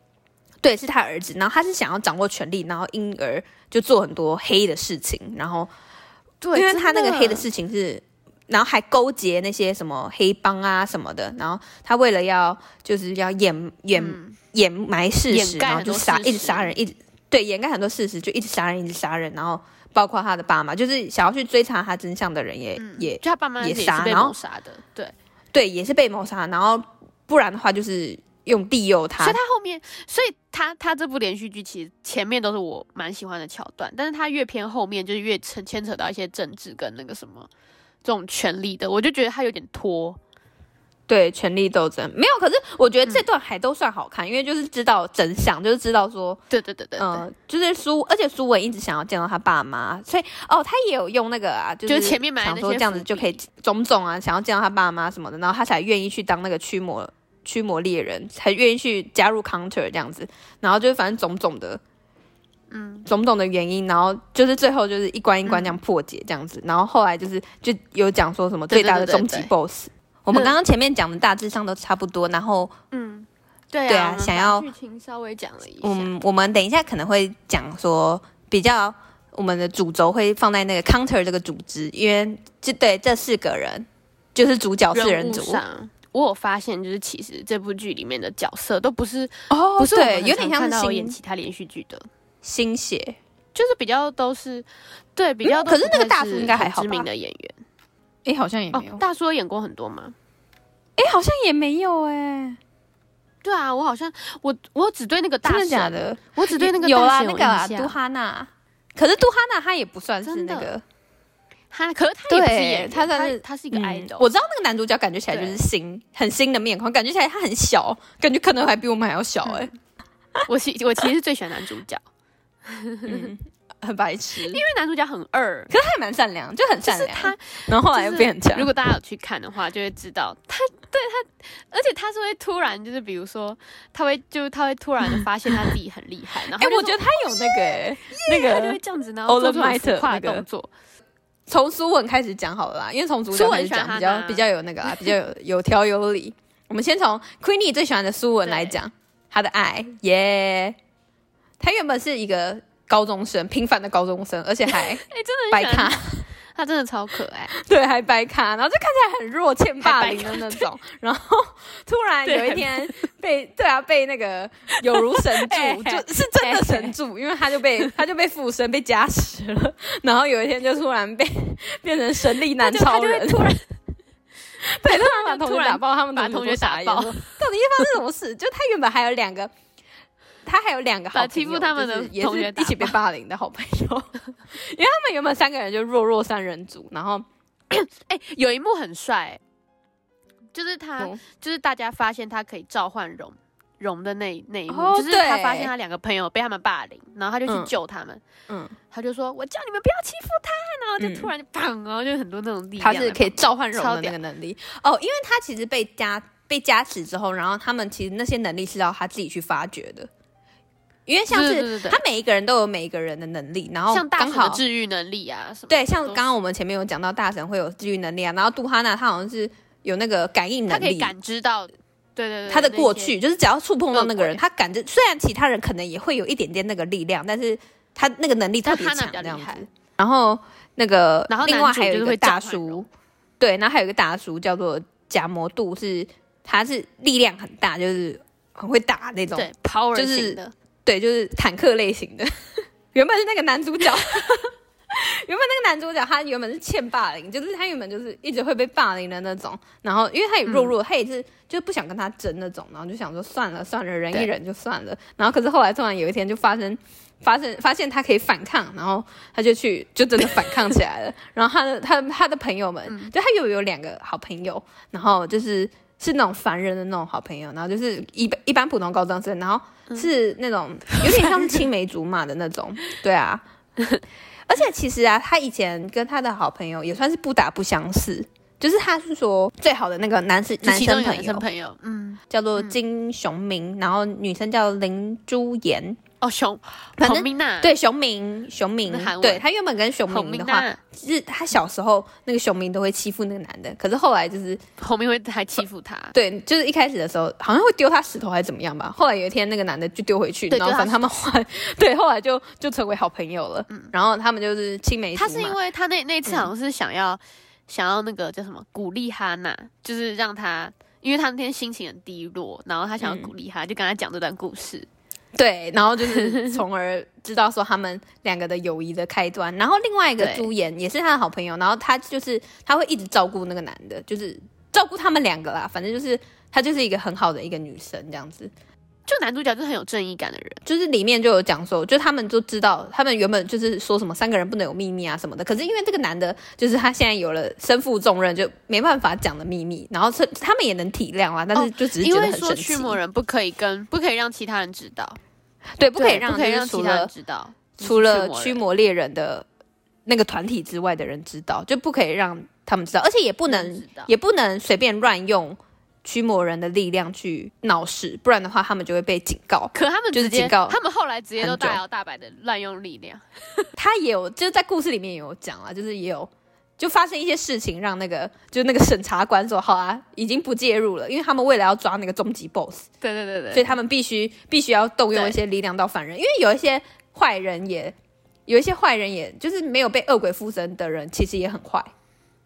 [SPEAKER 2] 对，是他儿子，然后他是想要掌握权力，然后因而就做很多黑的事情，然后
[SPEAKER 1] 对
[SPEAKER 2] 因为他那个黑的
[SPEAKER 1] 真
[SPEAKER 2] 事情是，然后还勾结那些什么黑帮啊什么的，然后他为了要就是要掩掩、掩埋事
[SPEAKER 1] 嗯掩
[SPEAKER 2] 实，
[SPEAKER 1] 盖
[SPEAKER 2] 然后
[SPEAKER 1] 很
[SPEAKER 2] 就
[SPEAKER 1] 多
[SPEAKER 2] 杀
[SPEAKER 1] 事
[SPEAKER 2] 一直
[SPEAKER 1] 实
[SPEAKER 2] 杀人，一直对掩盖很多事实，就一直杀人，一直杀人，然后包括他的爸妈，就是想要去追查他真相的人也、
[SPEAKER 1] 嗯
[SPEAKER 2] 也
[SPEAKER 1] 就他爸妈
[SPEAKER 2] 也
[SPEAKER 1] 也
[SPEAKER 2] 杀
[SPEAKER 1] 是被
[SPEAKER 2] 然后
[SPEAKER 1] 谋杀的，对。
[SPEAKER 2] 对也是被谋杀，然后不然的话就是用利诱他
[SPEAKER 1] 所以，他后面，所以他他这部连续剧其实前面都是我蛮喜欢的桥段，但是他越偏后面就是越牵牵扯到一些政治跟那个什么这种权力的，我就觉得他有点拖。
[SPEAKER 2] 对权力斗争没有，可是我觉得
[SPEAKER 1] 嗯
[SPEAKER 2] 这段还都算好看，因为就是知道真相，就是知道说。
[SPEAKER 1] 对对对对对，
[SPEAKER 2] 嗯，就是苏，而且苏文一直想要见到他爸妈，所以哦，他也有用那个啊，就
[SPEAKER 1] 就是是前面买的
[SPEAKER 2] 想
[SPEAKER 1] 那
[SPEAKER 2] 说
[SPEAKER 1] 些
[SPEAKER 2] 这样
[SPEAKER 1] 伏
[SPEAKER 2] 子就
[SPEAKER 1] 笔
[SPEAKER 2] 可以种种啊，想要见到他爸妈什么的，然后他才愿意去当那个驱魔驱魔猎人，才愿意去加入 counter 这样子，然后就是反正种种的，嗯，种种的原因，然后就是最后就是一关一关这样破解这样子，然后后来就是就有讲说什么
[SPEAKER 1] 对
[SPEAKER 2] 最
[SPEAKER 1] 对
[SPEAKER 2] 大的
[SPEAKER 1] 对对
[SPEAKER 2] 终极
[SPEAKER 1] 对
[SPEAKER 2] BOSS，我 们刚刚前面讲的大致上都差不多，然后
[SPEAKER 1] 嗯，对啊，
[SPEAKER 2] 对啊
[SPEAKER 1] 我们
[SPEAKER 2] 想
[SPEAKER 1] 把
[SPEAKER 2] 要
[SPEAKER 1] 剧情稍微讲了一下，
[SPEAKER 2] 嗯，我们等一下可能会讲说比较我们的主轴会放在那个 counter 这个组织，因为这对这四个人就是主角四人
[SPEAKER 1] 物
[SPEAKER 2] 组
[SPEAKER 1] 上。我有发现，就是其实这部剧里面的角色都不是、
[SPEAKER 2] 哦
[SPEAKER 1] 不是我们
[SPEAKER 2] 对，
[SPEAKER 1] 很
[SPEAKER 2] 有点
[SPEAKER 1] 常
[SPEAKER 2] 像
[SPEAKER 1] 看
[SPEAKER 2] 是
[SPEAKER 1] 到有演
[SPEAKER 2] 新
[SPEAKER 1] 其他连续剧的，
[SPEAKER 2] 新血，
[SPEAKER 1] 就是比较都是对比较
[SPEAKER 2] 嗯
[SPEAKER 1] 都
[SPEAKER 2] 可
[SPEAKER 1] 不
[SPEAKER 2] 是
[SPEAKER 1] 太、
[SPEAKER 2] 那个大叔应该还好吧
[SPEAKER 1] 知名的演员
[SPEAKER 2] 哎，好像也
[SPEAKER 1] 哦，大叔有演过很多吗？
[SPEAKER 2] 哎、好像也没有哎、
[SPEAKER 1] 对啊，我好像我我只对那个大
[SPEAKER 2] 真
[SPEAKER 1] 神
[SPEAKER 2] 的假的？
[SPEAKER 1] 我只对那个
[SPEAKER 2] 有
[SPEAKER 1] 大
[SPEAKER 2] 啊，
[SPEAKER 1] 神
[SPEAKER 2] 那
[SPEAKER 1] 印
[SPEAKER 2] 个啊
[SPEAKER 1] 象
[SPEAKER 2] 杜哈娜，可是杜哈娜她也不算是
[SPEAKER 1] 真
[SPEAKER 2] 那
[SPEAKER 1] 的
[SPEAKER 2] 个，嗯
[SPEAKER 1] 他可是他也不是
[SPEAKER 2] 对
[SPEAKER 1] 演员，
[SPEAKER 2] 他
[SPEAKER 1] 他
[SPEAKER 2] 算是
[SPEAKER 1] 他是一嗯个 idol，、
[SPEAKER 2] 我知道那个男主角感觉起来就
[SPEAKER 1] 对
[SPEAKER 2] 是新，很新的面孔，感觉起来他很小，感觉可能还比我们还要小哎、
[SPEAKER 1] 我其我其实最喜欢男主角，
[SPEAKER 2] 嗯很白痴，因为
[SPEAKER 1] 因为男主角很二，
[SPEAKER 2] 可是他也蛮善良，就很
[SPEAKER 1] 就
[SPEAKER 2] 善
[SPEAKER 1] 是
[SPEAKER 2] 良。
[SPEAKER 1] 他
[SPEAKER 2] 然后后来
[SPEAKER 1] 就
[SPEAKER 2] 又
[SPEAKER 1] 是
[SPEAKER 2] 变很强。
[SPEAKER 1] 如果大家有去看的话，就会知道他对他，而且他是会突然就是比如说他会就是他会突然的发现他自己很厉害，
[SPEAKER 2] 哎、
[SPEAKER 1] 然后他就哦啊
[SPEAKER 2] 我
[SPEAKER 1] 说
[SPEAKER 2] 觉得他有那个、欸、那
[SPEAKER 1] 他就
[SPEAKER 2] 个
[SPEAKER 1] 会这样子，然后做出很
[SPEAKER 2] All-Might
[SPEAKER 1] 浮夸
[SPEAKER 2] 那个
[SPEAKER 1] 的动作，
[SPEAKER 2] 从苏文开始讲好了啦，因为从主
[SPEAKER 1] 苏
[SPEAKER 2] 角
[SPEAKER 1] 文
[SPEAKER 2] 开始讲
[SPEAKER 1] 喜
[SPEAKER 2] 比
[SPEAKER 1] 欢
[SPEAKER 2] 较
[SPEAKER 1] 他
[SPEAKER 2] 比较有那个啊，比较有有条有理。我们先从 Queenie 最喜欢的苏文
[SPEAKER 1] 对
[SPEAKER 2] 来讲，他的爱耶。他原本是一个高中生，平凡的高中生，而且还
[SPEAKER 1] 哎、真的
[SPEAKER 2] 白
[SPEAKER 1] 很喜 欢
[SPEAKER 2] 卡，
[SPEAKER 1] 他，他真的超可 爱，
[SPEAKER 2] 对，还白卡，然后就看起来很弱，欠霸
[SPEAKER 1] 还白
[SPEAKER 2] 凌
[SPEAKER 1] 卡
[SPEAKER 2] 的那种。然后突然
[SPEAKER 1] 对
[SPEAKER 2] 有一
[SPEAKER 1] 还
[SPEAKER 2] 天被对啊被那个有如 神
[SPEAKER 1] 哎
[SPEAKER 2] 助，就是真的神助，因为他就被他就被附身被加持了。然后有一天就突然被变成神力男
[SPEAKER 1] 他就他
[SPEAKER 2] 超
[SPEAKER 1] 就会
[SPEAKER 2] 人，
[SPEAKER 1] 突然
[SPEAKER 2] 对， 突然把同
[SPEAKER 1] 突
[SPEAKER 2] 学
[SPEAKER 1] 然
[SPEAKER 2] 打爆，他们
[SPEAKER 1] 把
[SPEAKER 2] 同
[SPEAKER 1] 同
[SPEAKER 2] 学
[SPEAKER 1] 学
[SPEAKER 2] 都傻
[SPEAKER 1] 打
[SPEAKER 2] 眼
[SPEAKER 1] 爆
[SPEAKER 2] 说到底要发生什么事？就他原本还有两个。他还有两个好
[SPEAKER 1] 把
[SPEAKER 2] 朋
[SPEAKER 1] 欺
[SPEAKER 2] 友
[SPEAKER 1] 负他们的
[SPEAKER 2] 就是也
[SPEAKER 1] 同学
[SPEAKER 2] 是
[SPEAKER 1] 打
[SPEAKER 2] 一起被霸凌的好朋友，因为 他们原本三个人就弱弱三人组，然后
[SPEAKER 1] 哎、有一幕很帅、就是他、
[SPEAKER 2] 嗯
[SPEAKER 1] 就是大家发现他可以召唤龙龙的那一那一幕，
[SPEAKER 2] 哦
[SPEAKER 1] 就是他
[SPEAKER 2] 对
[SPEAKER 1] 发现他两个朋友被他们霸凌，然后他就
[SPEAKER 2] 嗯
[SPEAKER 1] 去救他们，
[SPEAKER 2] 嗯，
[SPEAKER 1] 他就说：“我叫你们不要欺负他。”然后
[SPEAKER 2] 嗯
[SPEAKER 1] 就突然就砰，然后就很多那种力
[SPEAKER 2] 他
[SPEAKER 1] 量的。
[SPEAKER 2] 是可以召唤
[SPEAKER 1] 超
[SPEAKER 2] 龙的那
[SPEAKER 1] 屌
[SPEAKER 2] 个能力哦，因为他其实被加被加持之后，然后他们其实那些能力是要他自己去发掘的，因为像
[SPEAKER 1] 对
[SPEAKER 2] 是
[SPEAKER 1] 对对对对
[SPEAKER 2] 他每一个人都有每一个人的能力，然后
[SPEAKER 1] 像大
[SPEAKER 2] 刚
[SPEAKER 1] 神的
[SPEAKER 2] 好
[SPEAKER 1] 治愈能力啊什么的。
[SPEAKER 2] 对，像
[SPEAKER 1] 都是
[SPEAKER 2] 刚刚我们前面有讲到大神会有治愈能力啊，然后杜哈娜她好像是有那个感应
[SPEAKER 1] 他
[SPEAKER 2] 能
[SPEAKER 1] 可以
[SPEAKER 2] 力。
[SPEAKER 1] 感知到，对对对，
[SPEAKER 2] 她的
[SPEAKER 1] 那
[SPEAKER 2] 过
[SPEAKER 1] 些，
[SPEAKER 2] 去就是只要触碰到那个人，
[SPEAKER 1] 恶鬼
[SPEAKER 2] 她感知虽然其他人可能也会有一点点那个力量，但是她那个能力特
[SPEAKER 1] 但
[SPEAKER 2] 别
[SPEAKER 1] 哈娜
[SPEAKER 2] 强
[SPEAKER 1] 比较
[SPEAKER 2] 这样
[SPEAKER 1] 厉
[SPEAKER 2] 子
[SPEAKER 1] 害。。
[SPEAKER 2] 然后那个，
[SPEAKER 1] 然后
[SPEAKER 2] 另
[SPEAKER 1] 男
[SPEAKER 2] 外
[SPEAKER 1] 主
[SPEAKER 2] 还有
[SPEAKER 1] 就
[SPEAKER 2] 一
[SPEAKER 1] 是
[SPEAKER 2] 个
[SPEAKER 1] 会
[SPEAKER 2] 大
[SPEAKER 1] 召唤
[SPEAKER 2] 叔
[SPEAKER 1] 龙，
[SPEAKER 2] 对，然后还有一个大叔叫做假魔度，是他是力量很大，就是很会打那种，
[SPEAKER 1] 对，power
[SPEAKER 2] 就是
[SPEAKER 1] 型的，
[SPEAKER 2] 对，就是坦克类型的。 原本是那个男主角， 原本那个男主角他原本是欠霸凌，就是他原本就是一直会被霸凌的那种。然后因为他也弱弱，他也是就是不想跟他争那种，然后就想说算了算了，忍一
[SPEAKER 1] 对
[SPEAKER 2] 忍就算了。然后可是后来突然有一天就发生。发生发现他可以反抗，然后他就去就真的反抗起来了。然后他的他他的朋友们，就他有有两个好朋友，然后就是是那种凡人的那种好朋友，然后就是
[SPEAKER 1] 嗯
[SPEAKER 2] 一般一般普通高中生，然后是那 种有点像是青梅竹马的那种，对啊。而且其实啊，他以前跟他的好朋友也算是不打不相识，就是他是说最好的那个男是
[SPEAKER 1] 就
[SPEAKER 2] 男
[SPEAKER 1] 其中
[SPEAKER 2] 生
[SPEAKER 1] 有
[SPEAKER 2] 朋
[SPEAKER 1] 男生
[SPEAKER 2] 友
[SPEAKER 1] 朋友，嗯，
[SPEAKER 2] 叫做金雄明，然后女生叫林珠妍，
[SPEAKER 1] 哦，熊
[SPEAKER 2] 反正
[SPEAKER 1] 彭明娜，
[SPEAKER 2] 对，熊明，熊明
[SPEAKER 1] 嗯是韩，文
[SPEAKER 2] 对他原本跟熊
[SPEAKER 1] 彭
[SPEAKER 2] 明
[SPEAKER 1] 明
[SPEAKER 2] 的话，
[SPEAKER 1] 娜，
[SPEAKER 2] 就是他小时候那个熊明都会欺负那个男的，可是后来就是
[SPEAKER 1] 彭明会还欺负他，
[SPEAKER 2] 对，就是一开始的时候好像会丢他石头还是怎么样吧。后来有一天那个男的就丢回去，
[SPEAKER 1] 对
[SPEAKER 2] 然后
[SPEAKER 1] 丢他
[SPEAKER 2] 反正他们后来对后来就就成为好朋友了。然后他们就是青梅竹
[SPEAKER 1] 嗯他
[SPEAKER 2] 马。
[SPEAKER 1] 是因为他那那
[SPEAKER 2] 嗯
[SPEAKER 1] 次好像是想要、想要那个叫什么鼓励哈娜，就是让他，因为他那天心情很低落，然后他
[SPEAKER 2] 嗯
[SPEAKER 1] 想要鼓励他，就跟他讲这段故事。
[SPEAKER 2] 对，然后就是从而知道说他们两个的友谊的开端。然后另外一个
[SPEAKER 1] 对
[SPEAKER 2] 朱颜也是他的好朋友，然后他就是他会一直照顾那个男的，就是照顾他们两个啦。反正就是她就是一个很好的一个女生这样子。
[SPEAKER 1] 就男主角就是很有正义感的人，
[SPEAKER 2] 就是里面就有讲说，就他们就知道，他们原本就是说什么三个人不能有秘密啊什么的。可是因为这个男的，就是他现在有了身负重任，就没办法讲的秘密。然后是他们也能体谅啊啦，但是就只是
[SPEAKER 1] 哦因
[SPEAKER 2] 觉得
[SPEAKER 1] 为
[SPEAKER 2] 很
[SPEAKER 1] 说
[SPEAKER 2] 神奇
[SPEAKER 1] 驱。魔人不可以跟不可以让其他人知道，
[SPEAKER 2] 对，不可以
[SPEAKER 1] 对
[SPEAKER 2] 让
[SPEAKER 1] 不可以
[SPEAKER 2] 就是
[SPEAKER 1] 让
[SPEAKER 2] 除
[SPEAKER 1] 其他人
[SPEAKER 2] 了
[SPEAKER 1] 知道，
[SPEAKER 2] 除了
[SPEAKER 1] 就是
[SPEAKER 2] 驱
[SPEAKER 1] 驱魔人
[SPEAKER 2] 魔猎人的那个团体之外的人知道，就不可以让他们知道，而且也不
[SPEAKER 1] 不
[SPEAKER 2] 能
[SPEAKER 1] 能知道
[SPEAKER 2] 也不能随便乱用驱魔人的力量去闹事，不然的话他们就会被警告。
[SPEAKER 1] 可他们
[SPEAKER 2] 就是
[SPEAKER 1] 直接
[SPEAKER 2] 警告
[SPEAKER 1] 他们后来直接都
[SPEAKER 2] 很久
[SPEAKER 1] 大摇大摆的滥用力量，
[SPEAKER 2] 他也有就是在故事里面也有讲啊，就是也有就发生一些事情，让那个就那个审查官说好啊，已经不介入了，因为他们为了要抓那个终极 BOSS，
[SPEAKER 1] 对对对
[SPEAKER 2] 所以
[SPEAKER 1] 对，
[SPEAKER 2] 他们必须必须要动用
[SPEAKER 1] 对
[SPEAKER 2] 一些力量到反人，因为有一些坏人也有一些坏人也就是没有被恶鬼附身的人，其实也很坏，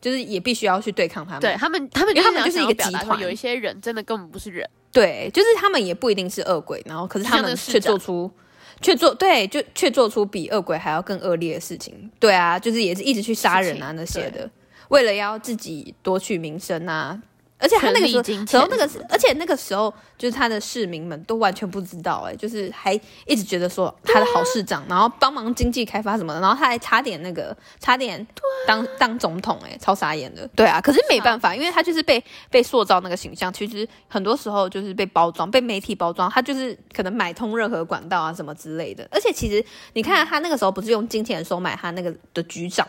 [SPEAKER 2] 就是也必须要去对抗他们。
[SPEAKER 1] 对他们他们
[SPEAKER 2] 因为他们
[SPEAKER 1] 想
[SPEAKER 2] 就是一
[SPEAKER 1] 想
[SPEAKER 2] 个
[SPEAKER 1] 要表达
[SPEAKER 2] 集
[SPEAKER 1] 说
[SPEAKER 2] 团
[SPEAKER 1] 有一些人真的根本不是人，
[SPEAKER 2] 对，就是他们也不一定是恶鬼，然后可是他
[SPEAKER 1] 像那
[SPEAKER 2] 们
[SPEAKER 1] 个
[SPEAKER 2] 却
[SPEAKER 1] 市长
[SPEAKER 2] 做出却做对，就却做出比恶鬼还要更恶劣的事情。对啊，就是也是一直去杀人啊
[SPEAKER 1] 事情
[SPEAKER 2] 那些
[SPEAKER 1] 对
[SPEAKER 2] 的，为了要自己夺取名声啊。而且他那个时候，
[SPEAKER 1] 权力金
[SPEAKER 2] 时
[SPEAKER 1] 钱
[SPEAKER 2] 候那个是，而且那个时候就是他的市民们都完全不知道、哎，就是还一直觉得说他的好市长，然后帮忙经济开发什么的，然后他还差点那个差点当、当总统、哎，超傻眼的。啊对啊，可是没办法，因为他就是被被塑造那个形象，其实很多时候就是被包装，被媒体包装，他就是可能买通任何管道啊什么之类的。而且其实你看他那个时候不是用金钱收买他那个的局长，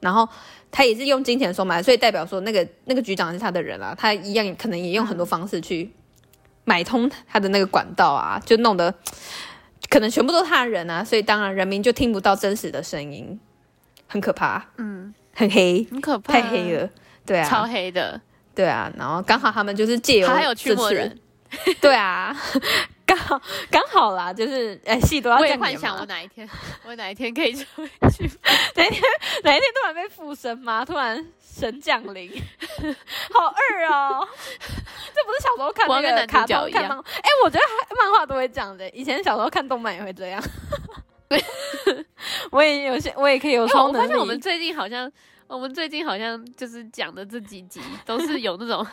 [SPEAKER 2] 然后他也是用金钱收买，所以代表说那个那个局长是他的人啊，他一样可能也用很多方式去买通他的那个管道啊，就弄得可能全部都是他的人啊，所以当然人民就听不到真实的声音，很可怕，嗯，很黑，
[SPEAKER 1] 很可怕，
[SPEAKER 2] 太黑了，对
[SPEAKER 1] 嗯超
[SPEAKER 2] 啊，
[SPEAKER 1] 黑的，
[SPEAKER 2] 对啊，然后刚好他们就是借由
[SPEAKER 1] 他还
[SPEAKER 2] 这
[SPEAKER 1] 有驱
[SPEAKER 2] 次
[SPEAKER 1] 魔人，，
[SPEAKER 2] 对啊， 刚好刚好啦，就是哎戏都要
[SPEAKER 1] 我
[SPEAKER 2] 这
[SPEAKER 1] 也
[SPEAKER 2] 样
[SPEAKER 1] 幻
[SPEAKER 2] 演
[SPEAKER 1] 想
[SPEAKER 2] 嘛
[SPEAKER 1] 我哪一天，我哪一天可以成为驱
[SPEAKER 2] 哪一天突然被附身吗？突然神降临， 好二哦！ 这不是小时候看
[SPEAKER 1] 我要
[SPEAKER 2] 那
[SPEAKER 1] 跟
[SPEAKER 2] 个
[SPEAKER 1] 男主
[SPEAKER 2] 卡
[SPEAKER 1] 角
[SPEAKER 2] 通
[SPEAKER 1] 一
[SPEAKER 2] 看
[SPEAKER 1] 样
[SPEAKER 2] 漫画，哎、我觉得还漫画都会这样的、以前小时候看动漫也会这样。 我也有些，我也可以有
[SPEAKER 1] 因为
[SPEAKER 2] 超
[SPEAKER 1] 哎我
[SPEAKER 2] 能
[SPEAKER 1] 发
[SPEAKER 2] 力。
[SPEAKER 1] 现我们最近好像，我们最近好像就是讲的这几集都是有那 种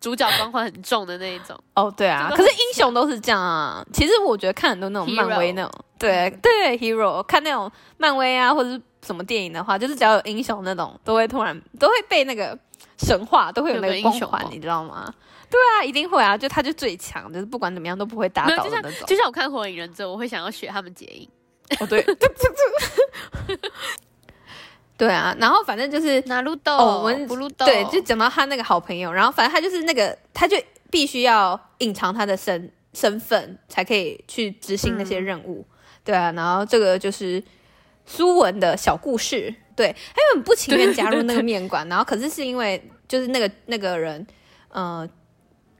[SPEAKER 1] 主角光环很重的那一种，
[SPEAKER 2] 哦，对啊，
[SPEAKER 1] 这
[SPEAKER 2] 可
[SPEAKER 1] 个
[SPEAKER 2] 是英雄都是这样啊。其实我觉得看很多那种
[SPEAKER 1] Hero
[SPEAKER 2] 漫威那种，对对，hero 看那种漫威啊，或者是什么电影的话，就是只要有英雄那种，都会突然都会被那个神话，都会有那
[SPEAKER 1] 有个
[SPEAKER 2] 光
[SPEAKER 1] 英雄哦
[SPEAKER 2] 环，
[SPEAKER 1] 梦
[SPEAKER 2] 你知道吗？对啊，一定会啊，就他就最强，就是不管怎么样都不会打
[SPEAKER 1] 没有
[SPEAKER 2] 倒的
[SPEAKER 1] 像
[SPEAKER 2] 那种。
[SPEAKER 1] 就像我看《火影忍者》，我会想要学他们结印。
[SPEAKER 2] 哦， 对， 这这这，对啊，然后反正就是
[SPEAKER 1] 哪路豆？
[SPEAKER 2] 哦我们
[SPEAKER 1] 不路豆？
[SPEAKER 2] 对，就讲到他那个好朋友，然后反正他就是那个，他就必须要隐藏他的身身份，才可以去执行那些
[SPEAKER 1] 嗯
[SPEAKER 2] 任务。对啊，然后这个就是苏文的小故事。对，他原本不情愿加入那个面馆，然后可是是因为就是那个那个人，呃，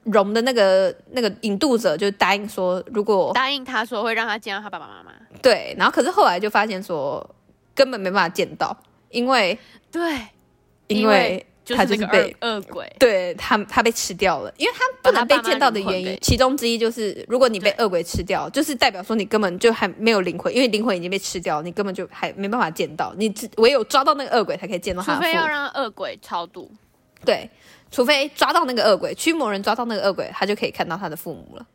[SPEAKER 2] 荣的那个那个引渡者就答应说，如果
[SPEAKER 1] 答应他说会让他见到他爸爸妈妈。
[SPEAKER 2] 对，然后可是后来就发现说根本没办法见到，因为
[SPEAKER 1] 对，
[SPEAKER 2] 因
[SPEAKER 1] 因
[SPEAKER 2] 为
[SPEAKER 1] 为
[SPEAKER 2] 他就
[SPEAKER 1] 是
[SPEAKER 2] 是
[SPEAKER 1] 那个
[SPEAKER 2] 被
[SPEAKER 1] 恶恶鬼。
[SPEAKER 2] 对他，他被吃掉了，因为他不能被见到的原
[SPEAKER 1] 把他爸妈
[SPEAKER 2] 因
[SPEAKER 1] 灵魂，给嗯
[SPEAKER 2] 其中之一就是，如果你被
[SPEAKER 1] 对
[SPEAKER 2] 恶鬼吃掉，就是代表说你根本就还没有灵魂，因为灵魂已经被吃掉，你根本就还没办法见到，你只唯有抓到那个恶鬼才可以见到他
[SPEAKER 1] 除
[SPEAKER 2] 的
[SPEAKER 1] 非要
[SPEAKER 2] 父。
[SPEAKER 1] 让恶鬼超度，
[SPEAKER 2] 对，啊除非抓到那个恶鬼，驱魔人抓到那个恶鬼，他就可以看到他的父母了。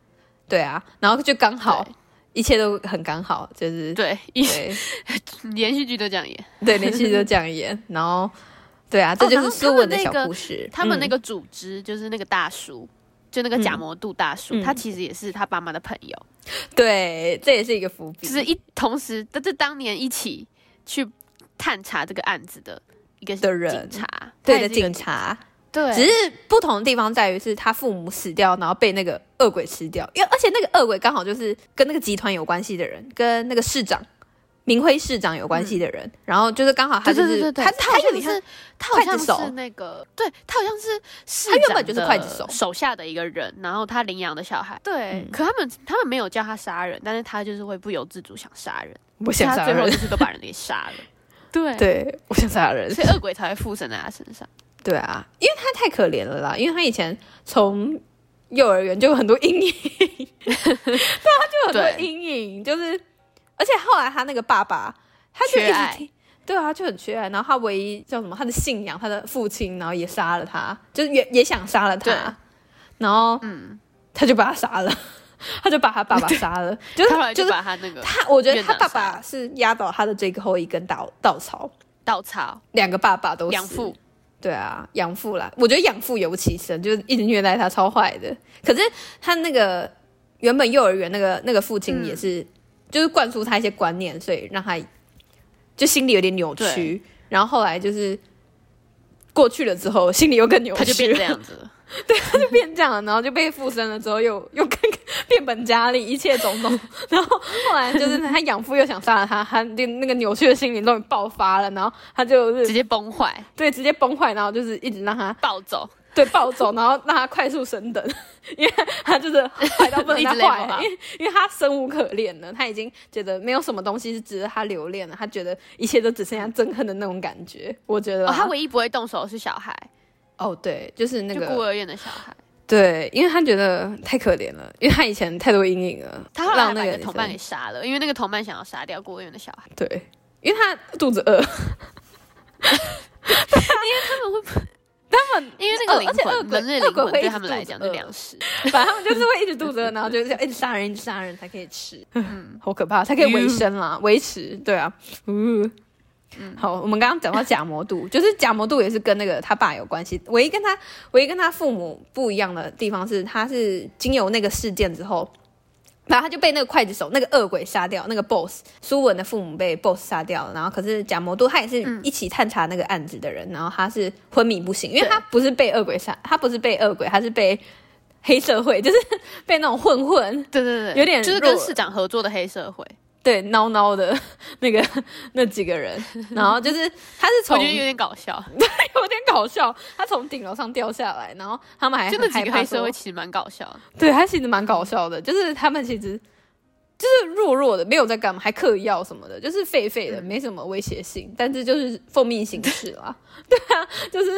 [SPEAKER 2] 对啊，然后就刚好
[SPEAKER 1] 对，
[SPEAKER 2] 一切都很刚好，就是
[SPEAKER 1] 对，一
[SPEAKER 2] 对
[SPEAKER 1] 连续剧都这样演。
[SPEAKER 2] 对，连续就这样演，然 后对啊，这就
[SPEAKER 1] 哦然
[SPEAKER 2] 是
[SPEAKER 1] 后
[SPEAKER 2] 苏
[SPEAKER 1] 他们
[SPEAKER 2] 文的
[SPEAKER 1] 那
[SPEAKER 2] 小
[SPEAKER 1] 个
[SPEAKER 2] 故事。
[SPEAKER 1] 他们那
[SPEAKER 2] 嗯
[SPEAKER 1] 个组织就是那个大叔，就那个假魔度大叔，
[SPEAKER 2] 嗯
[SPEAKER 1] 他其实也是他爸妈的朋友。
[SPEAKER 2] 对，这也是一个伏笔，
[SPEAKER 1] 就是一同时，但是当年一起去探查这个案子的一个
[SPEAKER 2] 的人
[SPEAKER 1] 警察，
[SPEAKER 2] 对的
[SPEAKER 1] 他也是一个
[SPEAKER 2] 警，察，
[SPEAKER 1] 对，
[SPEAKER 2] 只是不同的地方在于是他父母死掉，然后被那个恶鬼吃掉，因为而且那个恶鬼刚好就是跟那个集团有关系的人，跟那个市长明辉市长有关系的人，然后就是刚好他
[SPEAKER 1] 对
[SPEAKER 2] 就
[SPEAKER 1] 对对
[SPEAKER 2] 是
[SPEAKER 1] 对对，
[SPEAKER 2] 他
[SPEAKER 1] 他好
[SPEAKER 2] 就你
[SPEAKER 1] 像
[SPEAKER 2] 看
[SPEAKER 1] 是他好
[SPEAKER 2] 刽子手
[SPEAKER 1] 像是那个，对他好像是市
[SPEAKER 2] 他原
[SPEAKER 1] 长
[SPEAKER 2] 本就是
[SPEAKER 1] 的
[SPEAKER 2] 刽子手
[SPEAKER 1] 手下的一个人，然后他领养的小孩，对，
[SPEAKER 2] 嗯
[SPEAKER 1] 可他们他们没有叫他杀人，但是他就是会不由自主想杀人，
[SPEAKER 2] 我想
[SPEAKER 1] 所
[SPEAKER 2] 杀
[SPEAKER 1] 以他最后
[SPEAKER 2] 人，
[SPEAKER 1] 就是都把人给杀了，对，
[SPEAKER 2] 对我想杀人，
[SPEAKER 1] 所以恶鬼才会附身在他身上，
[SPEAKER 2] 对啊，因为他太可怜了啦，因为他以前从幼儿园就有很多阴影，对，他就有很多
[SPEAKER 1] 对
[SPEAKER 2] 阴影，就是，而且后来他那个爸爸，他就一
[SPEAKER 1] 缺
[SPEAKER 2] 直
[SPEAKER 1] 爱
[SPEAKER 2] 听，对啊，就很缺爱。然后他唯一叫什么，他的信仰，他的父亲，然后也杀了他，就是也也想杀了
[SPEAKER 1] 对
[SPEAKER 2] 他，然后
[SPEAKER 1] 嗯，
[SPEAKER 2] 他就把他杀了， 他就把他爸爸杀了，就是
[SPEAKER 1] 他后来
[SPEAKER 2] 就
[SPEAKER 1] 就是把他那个
[SPEAKER 2] 他，我觉得
[SPEAKER 1] 院
[SPEAKER 2] 他
[SPEAKER 1] 长
[SPEAKER 2] 爸
[SPEAKER 1] 杀
[SPEAKER 2] 爸是压倒他的最后一根稻稻草，
[SPEAKER 1] 稻草
[SPEAKER 2] 两个爸爸都
[SPEAKER 1] 养
[SPEAKER 2] 死
[SPEAKER 1] 父，
[SPEAKER 2] 对啊，养父啦，我觉得养父尤其深，就是一直虐待他，超坏的。可是他那个原本幼儿园那个那个父亲也
[SPEAKER 1] 嗯
[SPEAKER 2] 是，就是灌输他一些观念，所以让他就心里有点扭曲
[SPEAKER 1] 对。
[SPEAKER 2] 然后后来就是过去了之后，心里又更扭曲，
[SPEAKER 1] 他就变这，样子了，
[SPEAKER 2] 就 变这样了，然后就被附身了之后又， 又更变本加厉，一切种种。 然后后来就是他养父又想杀了他，他那那个扭曲的心灵终于爆发了，然后他就是
[SPEAKER 1] 直接崩坏
[SPEAKER 2] 对直接崩坏，然后就是一直让他。
[SPEAKER 1] 暴走，
[SPEAKER 2] 对，暴走，然后让他快速升等，因为他 就是坏到不能
[SPEAKER 1] 一
[SPEAKER 2] 再
[SPEAKER 1] 直 level
[SPEAKER 2] 坏了，
[SPEAKER 1] up
[SPEAKER 2] 因为因为他生无可恋了，他已经觉得没有什么东西是值得他留恋了，他觉得一切都只剩下憎恨的那种感觉。我觉得
[SPEAKER 1] 哦，
[SPEAKER 2] 啦
[SPEAKER 1] 他唯一不会动手的是小孩，
[SPEAKER 2] 哦对，就是那
[SPEAKER 1] 就孤
[SPEAKER 2] 个
[SPEAKER 1] 儿院的小 孩，
[SPEAKER 2] 对，因为他觉得太可怜了，因为他以前太多阴影了，
[SPEAKER 1] 他后来
[SPEAKER 2] 让
[SPEAKER 1] 还把
[SPEAKER 2] 那
[SPEAKER 1] 一个
[SPEAKER 2] 女
[SPEAKER 1] 同伴
[SPEAKER 2] 生
[SPEAKER 1] 给杀了，因为那个同伴想要杀掉孤儿院的小孩。
[SPEAKER 2] 对，因为他肚子饿，
[SPEAKER 1] 他们会不，
[SPEAKER 2] 他们
[SPEAKER 1] 因为那个
[SPEAKER 2] 呃
[SPEAKER 1] 灵
[SPEAKER 2] 而且恶
[SPEAKER 1] 魂，
[SPEAKER 2] 鬼
[SPEAKER 1] 人类
[SPEAKER 2] 恶
[SPEAKER 1] 灵
[SPEAKER 2] 鬼
[SPEAKER 1] 魂
[SPEAKER 2] 会一
[SPEAKER 1] 对
[SPEAKER 2] 直
[SPEAKER 1] 他们
[SPEAKER 2] 肚
[SPEAKER 1] 来
[SPEAKER 2] 子
[SPEAKER 1] 讲是
[SPEAKER 2] 饿
[SPEAKER 1] 粮食，
[SPEAKER 2] 反正他们就是会一直肚子饿，然后就是要 一直杀人，一直杀人才可以吃，好可怕，才可以维生啦，维持，对啊，嗯。好，我们刚刚讲到假魔度， 就是假魔度也是跟那个他爸有关系。唯一跟他，唯一跟他父母不一样的地方是，他是经由那个事件之后，然后他就被那个刽子手、那个恶鬼杀掉，那个 boss 苏文的父母被 boss 杀掉了。然后可是假魔都他也是一起探查那个案子的人，然后他是昏迷不醒，因为
[SPEAKER 1] 对
[SPEAKER 2] 他不是被恶鬼杀，他不是被恶鬼，他是被黑社会， 就是被那种混混
[SPEAKER 1] 对对对，
[SPEAKER 2] 有点
[SPEAKER 1] 就是跟
[SPEAKER 2] 弱
[SPEAKER 1] 市长合作的黑社会，
[SPEAKER 2] 对孬孬的那个那几个人，然后就是他是
[SPEAKER 1] 我
[SPEAKER 2] 从
[SPEAKER 1] 觉得有点搞笑，
[SPEAKER 2] 有点搞笑，他从顶楼上掉下来，然后他们还
[SPEAKER 1] 就那
[SPEAKER 2] 很
[SPEAKER 1] 几
[SPEAKER 2] 害
[SPEAKER 1] 个
[SPEAKER 2] 怕
[SPEAKER 1] 黑社
[SPEAKER 2] 说
[SPEAKER 1] 会，其实蛮搞笑的，
[SPEAKER 2] 对他其实蛮搞笑的，就是他们其实就是弱弱的，没有在干嘛，还嗑药什么的，就是废废的，没什么威胁性，但是就是奉命行事啦， 对啊，就是。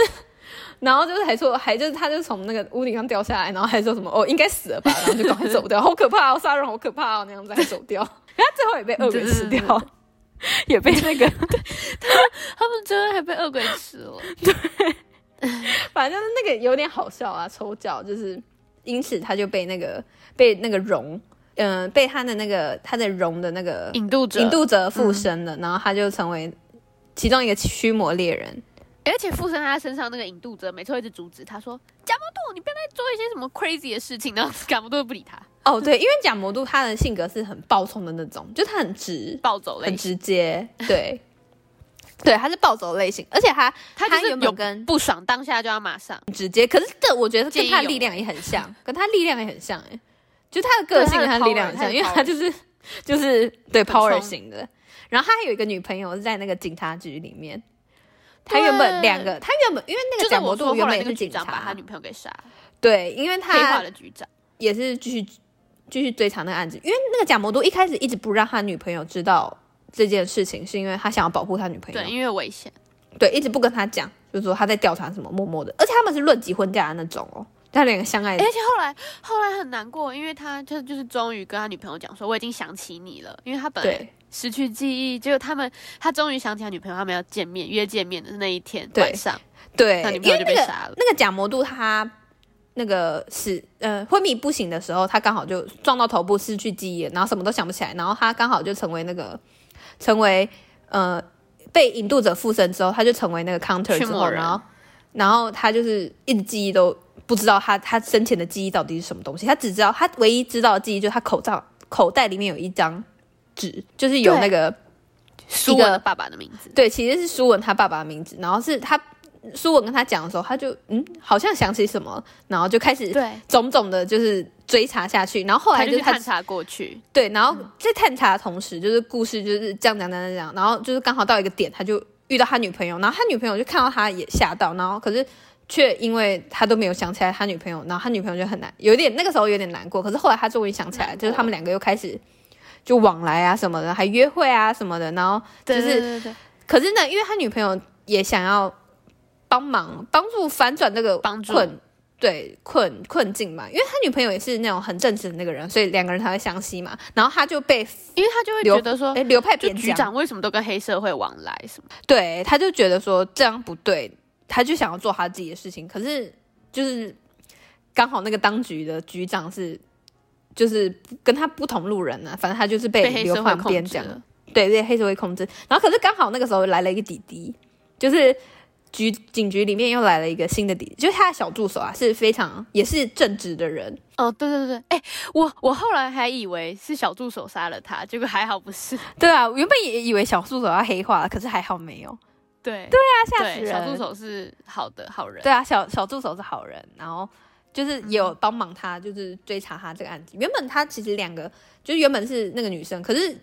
[SPEAKER 2] 然后就是还说，还就是他就从那个屋顶上掉下来，然后还说什么哦应该死了吧，然后就赶快走掉，好可怕哦，杀人好可怕哦，那样子还走掉， 然后最后也被恶鬼吃掉， 也被那个
[SPEAKER 1] 他们真的还被恶鬼吃了，
[SPEAKER 2] 反正那个有点好笑啊，丑角就是，因此他就被那个被那个荣，嗯、被他的那个他的荣的那个
[SPEAKER 1] 引渡者，嗯
[SPEAKER 2] 引，渡者附身了，然后他就成为其中一个驱魔猎人。
[SPEAKER 1] 而且附身在他身上那个引渡者，每次会一直阻止他说：“贾木杜，你不要再做一些什么 crazy 的事情。”然后贾木杜不理他，
[SPEAKER 2] 哦，对，因为假魔都他的性格是很暴冲的那种，就他很直，
[SPEAKER 1] 暴走类
[SPEAKER 2] 很
[SPEAKER 1] 型，
[SPEAKER 2] 直接，对， 对，他是暴走类型，而且他
[SPEAKER 1] 他就是
[SPEAKER 2] 原
[SPEAKER 1] 有
[SPEAKER 2] 本跟
[SPEAKER 1] 不爽当下就要马上，
[SPEAKER 2] 很直接，可是这我觉得
[SPEAKER 1] 见
[SPEAKER 2] 跟
[SPEAKER 1] 义
[SPEAKER 2] 他的
[SPEAKER 1] 勇
[SPEAKER 2] 力
[SPEAKER 1] 为
[SPEAKER 2] 量也很像，跟他力量也很像哎、就他的个性
[SPEAKER 1] 对
[SPEAKER 2] 跟
[SPEAKER 1] 他
[SPEAKER 2] 他
[SPEAKER 1] 的
[SPEAKER 2] 的力量很
[SPEAKER 1] power，
[SPEAKER 2] 像，
[SPEAKER 1] 他的
[SPEAKER 2] 因为他
[SPEAKER 1] power
[SPEAKER 2] 就是就是对
[SPEAKER 1] 很
[SPEAKER 2] power
[SPEAKER 1] 冲
[SPEAKER 2] 型的。然后他还有一个女朋友是在那个警察局里面，他原本两个，他原本因为那
[SPEAKER 1] 就
[SPEAKER 2] 个贾
[SPEAKER 1] 是我
[SPEAKER 2] 伯
[SPEAKER 1] 说
[SPEAKER 2] 度
[SPEAKER 1] 后
[SPEAKER 2] 原
[SPEAKER 1] 来
[SPEAKER 2] 本
[SPEAKER 1] 那
[SPEAKER 2] 也
[SPEAKER 1] 个
[SPEAKER 2] 是
[SPEAKER 1] 局
[SPEAKER 2] 警
[SPEAKER 1] 长把他
[SPEAKER 2] 察
[SPEAKER 1] 女，朋友给杀，
[SPEAKER 2] 对，因为
[SPEAKER 1] 黑化
[SPEAKER 2] 他
[SPEAKER 1] 的局长，
[SPEAKER 2] 也是继续继续追查那个案子，因为那个贾伯度一开始一直不让他女朋友知道这件事情，是因为他想要保护他女朋友，
[SPEAKER 1] 对，因为危险。
[SPEAKER 2] 对，一直不跟他讲，就是说他在调查什么，默默的，而且他们是论及婚嫁的那种哦，他两个相爱的
[SPEAKER 1] 欸而且后来后来很难过，因为他就就是终于跟他女朋友讲说我已经想起你了，因为他本来
[SPEAKER 2] 对
[SPEAKER 1] 失去记忆，结果他们他终于想起他女朋友，他们要见面约见面的那一天
[SPEAKER 2] 对
[SPEAKER 1] 晚上，
[SPEAKER 2] 对，
[SPEAKER 1] 他女朋
[SPEAKER 2] 因为那
[SPEAKER 1] 友就被
[SPEAKER 2] 个
[SPEAKER 1] 杀了。
[SPEAKER 2] 那个假魔度他那个是呃昏迷不醒的时候，他刚好就撞到头部，失去记忆，然后什么都想不起来，然后他刚好就成为那个成为呃被引渡者附身之后，他就成为那个 counter
[SPEAKER 1] 驱
[SPEAKER 2] 之
[SPEAKER 1] 魔
[SPEAKER 2] 后，
[SPEAKER 1] 人
[SPEAKER 2] 然后然后他就是一直记忆都不知道他他生前的记忆到底是什么东西，他只知道他唯一知道的记忆就是他口罩口袋里面有一张纸，就是有
[SPEAKER 1] 对
[SPEAKER 2] 那个
[SPEAKER 1] 苏文的爸爸的名字，
[SPEAKER 2] 对，其实是舒文他爸爸的名字，然后是他舒文跟他讲的时候，他就嗯，好像想起什么，然后就开始
[SPEAKER 1] 对，
[SPEAKER 2] 种种的，就是追查下去，然后后来
[SPEAKER 1] 他就
[SPEAKER 2] 就是
[SPEAKER 1] 去
[SPEAKER 2] 他
[SPEAKER 1] 探嗯查过去，
[SPEAKER 2] 对，然后在探查的同时，就是故事就是这样讲讲讲讲，然后就是刚好到一个点，他就遇到他女朋友，然后他女朋友就看到他也吓到，然后可是却因为他都没有想起来他女朋友，然后他女朋友就很难，有点那个时候有点难过，可是后来他终于想起来，
[SPEAKER 1] 难过
[SPEAKER 2] 就是他们两个又开始就往来啊什么的，还约会啊什么的，然后
[SPEAKER 1] 对
[SPEAKER 2] 就是
[SPEAKER 1] 对对对，
[SPEAKER 2] 可是呢，因为他女朋友也想要帮忙帮助反转这个
[SPEAKER 1] 帮助
[SPEAKER 2] 困对困困境嘛，因为他女朋友也是那种很正直的那个人，所以两个人才会相吸嘛。然后他就被
[SPEAKER 1] 因为他就会
[SPEAKER 2] 刘
[SPEAKER 1] 觉得说
[SPEAKER 2] 哎，流派
[SPEAKER 1] 哦就
[SPEAKER 2] 贬
[SPEAKER 1] 局
[SPEAKER 2] 奖，
[SPEAKER 1] 长为什么都跟黑社会往来什么？
[SPEAKER 2] 对，他就觉得说这样不对，他就想要做他自己的事情。可是就是刚好那个当局的局长是就是跟他不同路人啊，反正他就是被
[SPEAKER 1] 被黑
[SPEAKER 2] 流
[SPEAKER 1] 社会
[SPEAKER 2] 放
[SPEAKER 1] 控
[SPEAKER 2] 边
[SPEAKER 1] 制
[SPEAKER 2] 疆，
[SPEAKER 1] 了，
[SPEAKER 2] 对，被黑社会控制。然后可是刚好那个时候来了一个弟弟，就是局警局里面又来了一个新的弟弟，就是他的小助手啊，是非常也是正直的人。
[SPEAKER 1] 哦，对对对，哎、我我后来还以为是小助手杀了他，结果还好不是，
[SPEAKER 2] 对啊，原本也以为小助手要黑化了，可是还好没有，
[SPEAKER 1] 对对
[SPEAKER 2] 他吓死
[SPEAKER 1] 对，
[SPEAKER 2] 啊人。
[SPEAKER 1] 小助手是好的好人，
[SPEAKER 2] 对啊，小小助手是好人，然后就是也
[SPEAKER 1] 嗯
[SPEAKER 2] 有帮忙他，就是追查他这个案子。原本他其实两个，就是原本是那个女生，可是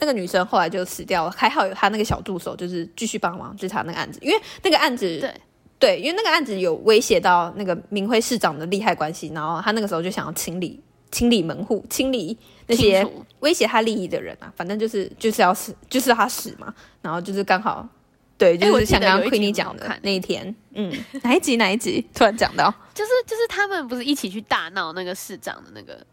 [SPEAKER 2] 那个女生后来就死掉了，还好有他那个小助手，就是继续帮忙追查那个案子，因为那个案子
[SPEAKER 1] 对
[SPEAKER 2] 对，因为那个案子有威胁到那个明辉市长的利害关系，然后他那个时候就想要清理清理门户，清理那些
[SPEAKER 1] 清楚
[SPEAKER 2] 威胁他利益的人啊，反正就是就是要死，就是要他死嘛。然后就是刚好，对，
[SPEAKER 1] 哎
[SPEAKER 2] 就
[SPEAKER 1] 我
[SPEAKER 2] 是
[SPEAKER 1] 记
[SPEAKER 2] 像
[SPEAKER 1] 得
[SPEAKER 2] 刚
[SPEAKER 1] 有
[SPEAKER 2] 刚
[SPEAKER 1] 一
[SPEAKER 2] Queenie
[SPEAKER 1] 集
[SPEAKER 2] 讲
[SPEAKER 1] 很好
[SPEAKER 2] 的
[SPEAKER 1] 看哦
[SPEAKER 2] 那一天，嗯，哪一集哪一集突然讲到？
[SPEAKER 1] 就是就是他们不是一起去大闹那个市长的那个，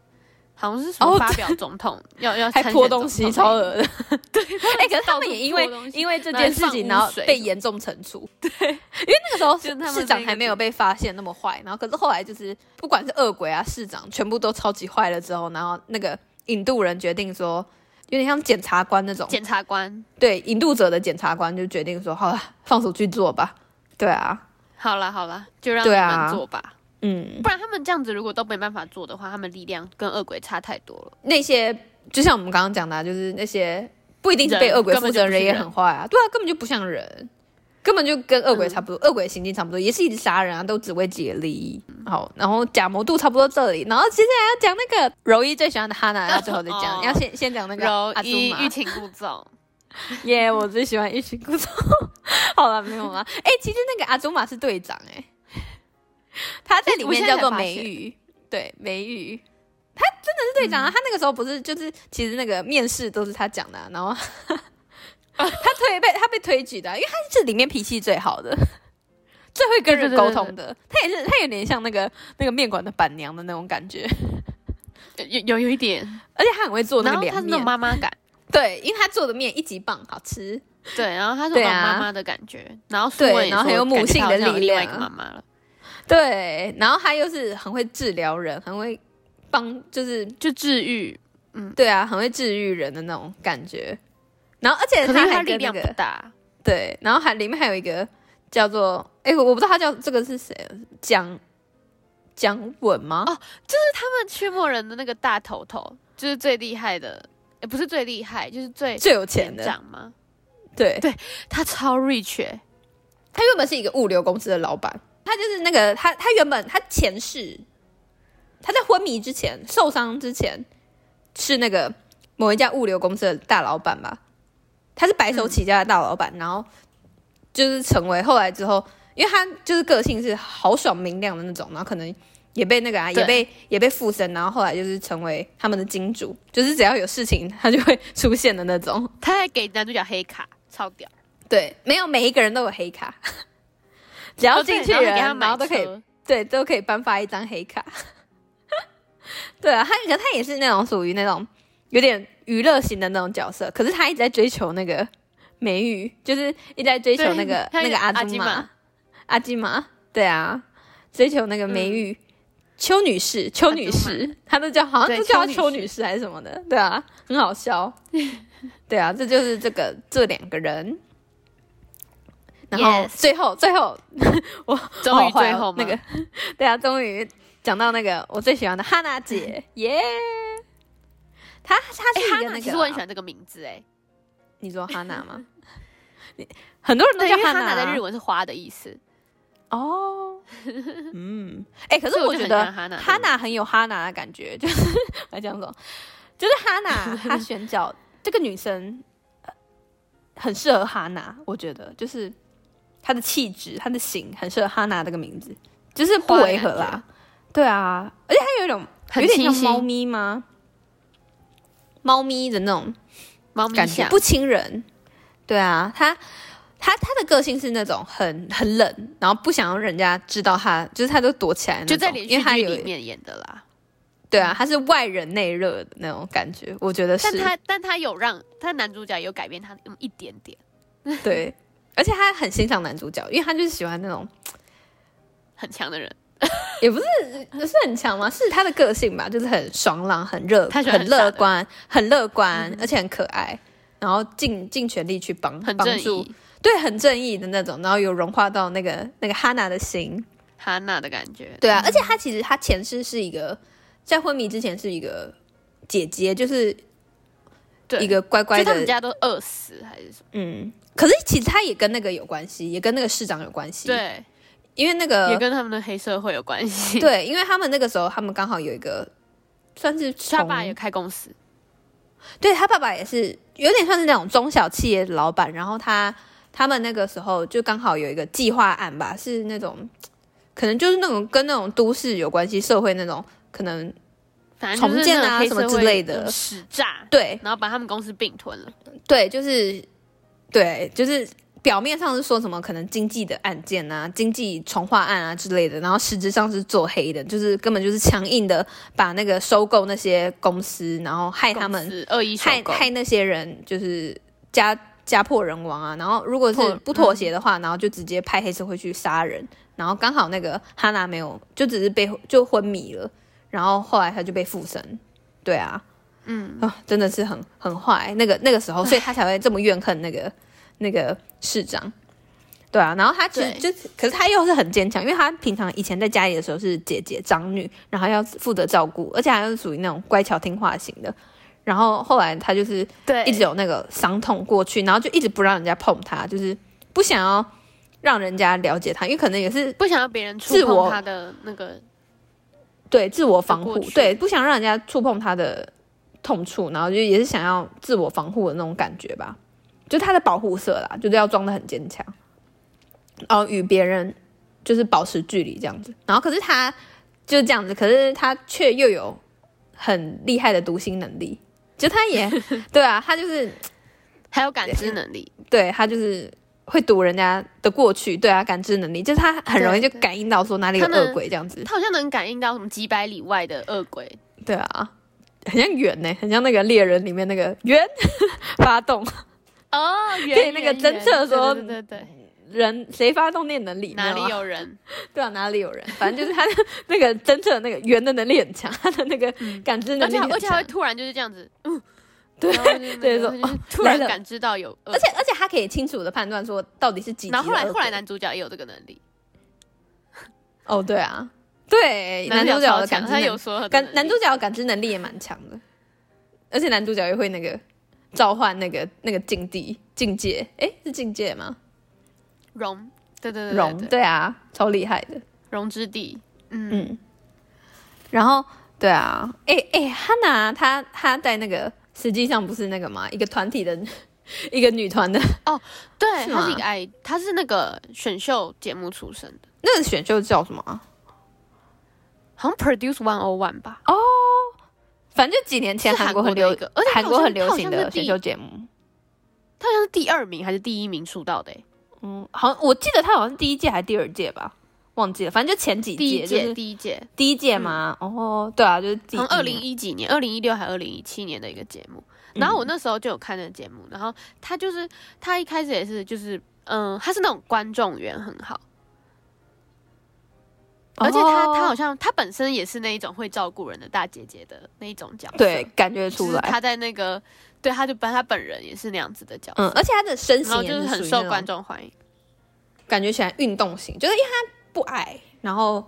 [SPEAKER 1] 好像是什
[SPEAKER 2] 哦
[SPEAKER 1] 么发表总统、要要
[SPEAKER 2] 还
[SPEAKER 1] 参选
[SPEAKER 2] 泼东西，
[SPEAKER 1] 总
[SPEAKER 2] 超
[SPEAKER 1] 统欸
[SPEAKER 2] 恶的。哎、可是他们也因为
[SPEAKER 1] 到处泼东 西
[SPEAKER 2] 因为这
[SPEAKER 1] 然后
[SPEAKER 2] 件事情，
[SPEAKER 1] 放
[SPEAKER 2] 然后
[SPEAKER 1] 污水
[SPEAKER 2] 被
[SPEAKER 1] 什么
[SPEAKER 2] 严重惩处。对，因为那个时候
[SPEAKER 1] 就是他们
[SPEAKER 2] 市长
[SPEAKER 1] 那个
[SPEAKER 2] 还没有被发现那么坏，然后可是后来就是不管是恶鬼啊市长，全部都超级坏了之后，然后那个引渡人决定说，有点像检察官那种，
[SPEAKER 1] 检察官。
[SPEAKER 2] 对引渡者的检察官就决定说，好了，放手去做吧。对啊，
[SPEAKER 1] 好了好了，就让
[SPEAKER 2] 对
[SPEAKER 1] 他
[SPEAKER 2] 啊
[SPEAKER 1] 们做吧，
[SPEAKER 2] 嗯，
[SPEAKER 1] 不然他们这样子如果都没办法做的话，他们力量跟恶鬼差太多了。
[SPEAKER 2] 那些就像我们刚刚讲的啊、就是那些不一定是被恶鬼
[SPEAKER 1] 人
[SPEAKER 2] 附身的人也
[SPEAKER 1] 根本就不是人
[SPEAKER 2] 很坏啊，对啊，根本就不像人，根本就跟恶鬼差不多，恶鬼行径差不多，也是一直杀人啊，都只为己的利益。好，然后假魔度差不多这里，然后接下来要讲那个柔一最喜欢的哈娜，要最后再讲，
[SPEAKER 1] 哦
[SPEAKER 2] 要先先讲那个
[SPEAKER 1] 柔
[SPEAKER 2] 阿祖
[SPEAKER 1] 一
[SPEAKER 2] 玛
[SPEAKER 1] 欲擒故纵，
[SPEAKER 2] 耶我最喜欢一群故事。 好了，没有啦。哎、其实那个阿祖玛是队长、哎，他在里
[SPEAKER 1] 我现
[SPEAKER 2] 面
[SPEAKER 1] 在
[SPEAKER 2] 叫
[SPEAKER 1] 才
[SPEAKER 2] 做
[SPEAKER 1] 发
[SPEAKER 2] 梅
[SPEAKER 1] 现
[SPEAKER 2] 玉，对，梅玉。他真的是队长啊！他那个时候不是就是，其实那个面试都是他讲的啊、然后 他推被他被推举的啊、因为他是里面脾气最好的， 最会跟
[SPEAKER 1] 对对
[SPEAKER 2] 人
[SPEAKER 1] 对
[SPEAKER 2] 沟
[SPEAKER 1] 对
[SPEAKER 2] 通的。他也是，他有点像那个那个面馆的板娘的那种感觉，
[SPEAKER 1] 有有有一点，
[SPEAKER 2] 而且他很会做那
[SPEAKER 1] 然
[SPEAKER 2] 个
[SPEAKER 1] 后他
[SPEAKER 2] 凉
[SPEAKER 1] 是那种
[SPEAKER 2] 面。
[SPEAKER 1] 妈 妈感，
[SPEAKER 2] 对，因为他做的面一级棒，好吃。
[SPEAKER 1] 对，然后他是
[SPEAKER 2] 对
[SPEAKER 1] 那种
[SPEAKER 2] 啊
[SPEAKER 1] 妈妈的感觉，然后苏
[SPEAKER 2] 对
[SPEAKER 1] 文也
[SPEAKER 2] 然后
[SPEAKER 1] 说
[SPEAKER 2] 很有母
[SPEAKER 1] 感觉
[SPEAKER 2] 性
[SPEAKER 1] 他
[SPEAKER 2] 的
[SPEAKER 1] 好像有
[SPEAKER 2] 力
[SPEAKER 1] 另外一
[SPEAKER 2] 量
[SPEAKER 1] 个妈妈了，
[SPEAKER 2] 对，然后他又是很会治疗人，很会帮，就是
[SPEAKER 1] 就治愈，
[SPEAKER 2] 对啊，很会治愈人的那种感觉。然后，而且
[SPEAKER 1] 可能因为
[SPEAKER 2] 哎还
[SPEAKER 1] 他
[SPEAKER 2] 跟
[SPEAKER 1] 力
[SPEAKER 2] 那
[SPEAKER 1] 量
[SPEAKER 2] 个
[SPEAKER 1] 不大，
[SPEAKER 2] 对，然后还里面还有一个叫做哎、我我不知道他叫这个是谁，啊蒋蒋稳吗？
[SPEAKER 1] 哦他们驱魔人的那个大头头就是最厉害的，也不是最厉害，就是最
[SPEAKER 2] 最有钱
[SPEAKER 1] 店
[SPEAKER 2] 的，
[SPEAKER 1] 长吗？
[SPEAKER 2] 对，
[SPEAKER 1] 他超 rich，、欸、
[SPEAKER 2] 他原本是一个物流公司的老板，他就是那个他他原本他前世，他在昏迷之前受伤之前是那个某一家物流公司的大老板吧，他是白手起家的大老板，然后就是成为后来之后，因为他就是个性是豪爽明亮的那种，然后可能。也被那个啊，
[SPEAKER 1] 对
[SPEAKER 2] 也被也被附身，然后后来就是成为他们的金主，就是只要有事情他就会出现的那种。
[SPEAKER 1] 他还给男主角黑卡，超屌。
[SPEAKER 2] 对，没有每一个人都有黑卡，只要
[SPEAKER 1] 哦 对
[SPEAKER 2] 进去
[SPEAKER 1] 然后
[SPEAKER 2] 人，
[SPEAKER 1] 还给他
[SPEAKER 2] 然
[SPEAKER 1] 买
[SPEAKER 2] 后都可以
[SPEAKER 1] 车
[SPEAKER 2] 对，都可以颁发一张黑卡。 对啊，他可他也是那种属于那种有点娱乐型的那种角色，可是他一直在追求那个美玉，就是一直在追求
[SPEAKER 1] 对
[SPEAKER 2] 那个
[SPEAKER 1] 他
[SPEAKER 2] 那
[SPEAKER 1] 有
[SPEAKER 2] 个阿
[SPEAKER 1] 阿
[SPEAKER 2] 朱
[SPEAKER 1] 基
[SPEAKER 2] 玛
[SPEAKER 1] 玛，
[SPEAKER 2] 阿基玛，对啊，追求那个美玉。邱女士，邱女
[SPEAKER 1] 嗯阿
[SPEAKER 2] 士，她都叫好像
[SPEAKER 1] 对
[SPEAKER 2] 都叫她邱
[SPEAKER 1] 邱女士
[SPEAKER 2] 女士还是什么的，对啊，很好 笑，对啊，这就是这个这两个人，然后
[SPEAKER 1] Yes
[SPEAKER 2] 最后最后
[SPEAKER 1] 终于
[SPEAKER 2] 好坏
[SPEAKER 1] 最
[SPEAKER 2] 哦
[SPEAKER 1] 后嘛
[SPEAKER 2] 那
[SPEAKER 1] 哎
[SPEAKER 2] 个， 对啊，终于讲到那个我最喜欢的哈娜姐，耶！她她
[SPEAKER 1] 哎
[SPEAKER 2] 是一
[SPEAKER 1] 哈
[SPEAKER 2] 个
[SPEAKER 1] 哎娜，
[SPEAKER 2] 那
[SPEAKER 1] 其实我很喜
[SPEAKER 2] 个啊，
[SPEAKER 1] 欢这个名字哎，
[SPEAKER 2] 你说哈娜吗？你很多人都叫
[SPEAKER 1] 因为
[SPEAKER 2] 哈
[SPEAKER 1] 哈
[SPEAKER 2] 娜
[SPEAKER 1] 娜在日
[SPEAKER 2] 文
[SPEAKER 1] 文是花的意思，
[SPEAKER 2] 哦。嗯，哎、可
[SPEAKER 1] 可
[SPEAKER 2] 是我
[SPEAKER 1] 就
[SPEAKER 2] 觉
[SPEAKER 1] 很
[SPEAKER 2] 得
[SPEAKER 1] 像哈娜的
[SPEAKER 2] 哈
[SPEAKER 1] 名字
[SPEAKER 2] 娜很有哈娜的感觉， 就是我要这样说，就是哈 娜她选角这个女生呃很适合哈娜，我觉得就是她的气质、她的型很适合哈娜这个名字，就是不
[SPEAKER 1] 花的
[SPEAKER 2] 违和
[SPEAKER 1] 感
[SPEAKER 2] 啦。对啊，而且她有一种
[SPEAKER 1] 很
[SPEAKER 2] 有点
[SPEAKER 1] 清
[SPEAKER 2] 像猫
[SPEAKER 1] 新，
[SPEAKER 2] 咪吗？猫咪的那种
[SPEAKER 1] 猫咪
[SPEAKER 2] 感觉
[SPEAKER 1] 像
[SPEAKER 2] 不亲人。对啊，他他他的个性是那种很很冷，然后不想让人家知道他，就是他都躲起来那种，
[SPEAKER 1] 就在连
[SPEAKER 2] 因
[SPEAKER 1] 续
[SPEAKER 2] 为他
[SPEAKER 1] 剧
[SPEAKER 2] 有
[SPEAKER 1] 里面演的啦。
[SPEAKER 2] 对啊，他是外冷内热的那种感觉，我觉得是
[SPEAKER 1] 但他但他有让他男主角有改变他那么一点点，
[SPEAKER 2] 对，而且他很欣赏男主角，因为他就是喜欢那种
[SPEAKER 1] 很强的人，
[SPEAKER 2] 也不是是很强嘛，是他的个性吧，就是很爽朗、很热、
[SPEAKER 1] 他喜欢
[SPEAKER 2] 很
[SPEAKER 1] 很傻的嗯
[SPEAKER 2] 乐观、很乐观，而且很可爱，然后尽尽全力去帮
[SPEAKER 1] 很
[SPEAKER 2] 帮
[SPEAKER 1] 正
[SPEAKER 2] 助，
[SPEAKER 1] 义，
[SPEAKER 2] 对，很正义的那种，然后有融化到那个那个哈娜的心，
[SPEAKER 1] 哈娜的感觉。
[SPEAKER 2] 对啊，而且她其实她前世是一个在昏迷之前是一个姐姐，就是
[SPEAKER 1] 对，
[SPEAKER 2] 一个乖
[SPEAKER 1] 就
[SPEAKER 2] 乖
[SPEAKER 1] 他们
[SPEAKER 2] 的，
[SPEAKER 1] 家都饿死还是什么？
[SPEAKER 2] 嗯。可是其实她也跟那个有关系，也跟那个市长有关系。，
[SPEAKER 1] 对，
[SPEAKER 2] 因为那
[SPEAKER 1] 也
[SPEAKER 2] 个
[SPEAKER 1] 跟他们的黑社会有关系。，
[SPEAKER 2] 呃对，因为他们那个时候他们刚好有一个算是
[SPEAKER 1] 他
[SPEAKER 2] 从
[SPEAKER 1] 爸也开公司，
[SPEAKER 2] 对他爸爸也是有点算是那种中小企业的老板，然后他他们那个时候就刚好有一个计划案吧，是那种可能就是那种跟那种都市有关系，社会那种可能
[SPEAKER 1] 反正就是
[SPEAKER 2] 重建
[SPEAKER 1] 那
[SPEAKER 2] 啊
[SPEAKER 1] 种黑社会
[SPEAKER 2] 什么之类的
[SPEAKER 1] 用使诈，
[SPEAKER 2] 对
[SPEAKER 1] 然后把他们公司并吞了。
[SPEAKER 2] 对，就是对，就是表面上是说什么可能经济的案件啊、经济重划案啊之类的，然后实质上是做黑的，就是根本就是强硬的把那个收购那些公司，然后害他
[SPEAKER 1] 公
[SPEAKER 2] 们，
[SPEAKER 1] 司恶意收
[SPEAKER 2] 害
[SPEAKER 1] 购，
[SPEAKER 2] 害那些人，就是家家破人亡啊。然后如果是
[SPEAKER 1] 破嗯
[SPEAKER 2] 不妥协的话，然后就直接派黑社会去杀人。然后刚好那个哈娜没有，就只是被就昏迷了，然后后来他就被附身。对啊，
[SPEAKER 1] 嗯，
[SPEAKER 2] 啊，真的是很很坏。那个那个时候，所以他才会这么怨恨那个那个市长。对啊，然后他其实
[SPEAKER 1] 对
[SPEAKER 2] 就，可是他又是很坚强，因为他平常以前在家里的时候是姐姐长女，然后要负责照顾，而且还是属于那种乖巧听话型的。然后后来他就是
[SPEAKER 1] 对
[SPEAKER 2] 一直有那个伤痛过去，然后就一直不让人家碰他，就是不想要让人家了解他，因为可能也是
[SPEAKER 1] 不想要别人触
[SPEAKER 2] 自
[SPEAKER 1] 碰
[SPEAKER 2] 我
[SPEAKER 1] 他的那个，
[SPEAKER 2] 对自我防护
[SPEAKER 1] 过，去
[SPEAKER 2] 对不想让人家触碰他的痛处，然后就也是想要自我防护的那种感觉吧，就他的保护色啦，就是要装的很坚强，然后与别人就是保持距离这样子。然后可是他就是这样子，可是他却又有很厉害的读心能力，就他 也对啊，他就是
[SPEAKER 1] 还有感知能力，
[SPEAKER 2] 对他就是。会读人家的过去，对啊，感知能力就是他很容易就
[SPEAKER 1] 对对
[SPEAKER 2] 感应到说哪里有
[SPEAKER 1] 他能
[SPEAKER 2] 恶鬼这样子。
[SPEAKER 1] 他好像能感应到什么几百里外的恶鬼，
[SPEAKER 2] 对啊，很像猿呢、很像那个猎人里面那个猿 发动
[SPEAKER 1] 哦，
[SPEAKER 2] 对
[SPEAKER 1] 原
[SPEAKER 2] 那个侦测说啊
[SPEAKER 1] 对对对对
[SPEAKER 2] 人，谁发动念能力？
[SPEAKER 1] 对，哪里
[SPEAKER 2] 你知道吗？
[SPEAKER 1] 有人？
[SPEAKER 2] 对啊，哪里有人？反正就是他的那个侦测那个猿的能力很强， 他的 那个感知
[SPEAKER 1] 而
[SPEAKER 2] 能力
[SPEAKER 1] 且
[SPEAKER 2] 很
[SPEAKER 1] 而且
[SPEAKER 2] 强
[SPEAKER 1] 还会。突然就是这样子，嗯，
[SPEAKER 2] 对
[SPEAKER 1] 然后就是那个
[SPEAKER 2] 对说哦
[SPEAKER 1] 就是突
[SPEAKER 2] 来
[SPEAKER 1] 然
[SPEAKER 2] 了
[SPEAKER 1] 感知到有恶
[SPEAKER 2] 而且而且他可以清楚的判断说到底是几级的
[SPEAKER 1] 然
[SPEAKER 2] 恶
[SPEAKER 1] 后
[SPEAKER 2] 鬼。
[SPEAKER 1] 后来后来男主角也有这个能力，
[SPEAKER 2] 哦对啊，对男主角
[SPEAKER 1] 超
[SPEAKER 2] 的
[SPEAKER 1] 强
[SPEAKER 2] 感知
[SPEAKER 1] 他
[SPEAKER 2] 能
[SPEAKER 1] 有说
[SPEAKER 2] 感男主角的感知能力也蛮强的，而且男主角也会那个召唤那个那个境地境界，哎是境界吗？
[SPEAKER 1] 容，对对对对
[SPEAKER 2] 龙
[SPEAKER 1] 对
[SPEAKER 2] 对啊，超厉害的。
[SPEAKER 1] 容之地，嗯，
[SPEAKER 2] 嗯，然后对啊，哎、哎、哈娜她她在那个实际上不是那个嘛，一个团体的一个女团的
[SPEAKER 1] 对，
[SPEAKER 2] 是
[SPEAKER 1] 他是一
[SPEAKER 2] 吗
[SPEAKER 1] 个爱，他是那个选秀节目出身的，
[SPEAKER 2] 那个选秀叫什么啊？
[SPEAKER 1] 好像 Produce One O One 吧，
[SPEAKER 2] 反正就几年前
[SPEAKER 1] 是
[SPEAKER 2] 韩
[SPEAKER 1] 韩
[SPEAKER 2] 国
[SPEAKER 1] 国
[SPEAKER 2] 很
[SPEAKER 1] 的
[SPEAKER 2] 流
[SPEAKER 1] 一，个，而且
[SPEAKER 2] 韩
[SPEAKER 1] 他好
[SPEAKER 2] 国
[SPEAKER 1] 像
[SPEAKER 2] 很流行
[SPEAKER 1] 他好像
[SPEAKER 2] 的
[SPEAKER 1] 是
[SPEAKER 2] 选
[SPEAKER 1] 第
[SPEAKER 2] 秀节目。
[SPEAKER 1] 他好像是第二名还是第一名出道的欸，
[SPEAKER 2] 嗯，好像我记得她好像是第一届还是第二届吧，忘记了。反正就前几
[SPEAKER 1] 第
[SPEAKER 2] 届，
[SPEAKER 1] 一
[SPEAKER 2] 就
[SPEAKER 1] 届
[SPEAKER 2] 是
[SPEAKER 1] 第一届，
[SPEAKER 2] 第一届嘛。哦，对啊，就是第一
[SPEAKER 1] 从
[SPEAKER 2] 年
[SPEAKER 1] 二零一几年，二零一六还二零一七年的一个节目。
[SPEAKER 2] 嗯
[SPEAKER 1] 然后我那时候就有看那个节目，然后他就是他一开始也是就是嗯，他是那种观众缘很好，而且他他好
[SPEAKER 2] 哦
[SPEAKER 1] 像他本身也是那一种会照顾人的大姐姐的那一种角色，
[SPEAKER 2] 对，感觉
[SPEAKER 1] 就
[SPEAKER 2] 出
[SPEAKER 1] 是
[SPEAKER 2] 来，
[SPEAKER 1] 他在那个对，他就本他本人也是那样子的角色，
[SPEAKER 2] 嗯，而且她的身
[SPEAKER 1] 然后
[SPEAKER 2] 形
[SPEAKER 1] 就
[SPEAKER 2] 也
[SPEAKER 1] 是很
[SPEAKER 2] 属于
[SPEAKER 1] 受
[SPEAKER 2] 那种
[SPEAKER 1] 观众欢迎，
[SPEAKER 2] 感觉起来运动型，就是因为她不矮，然后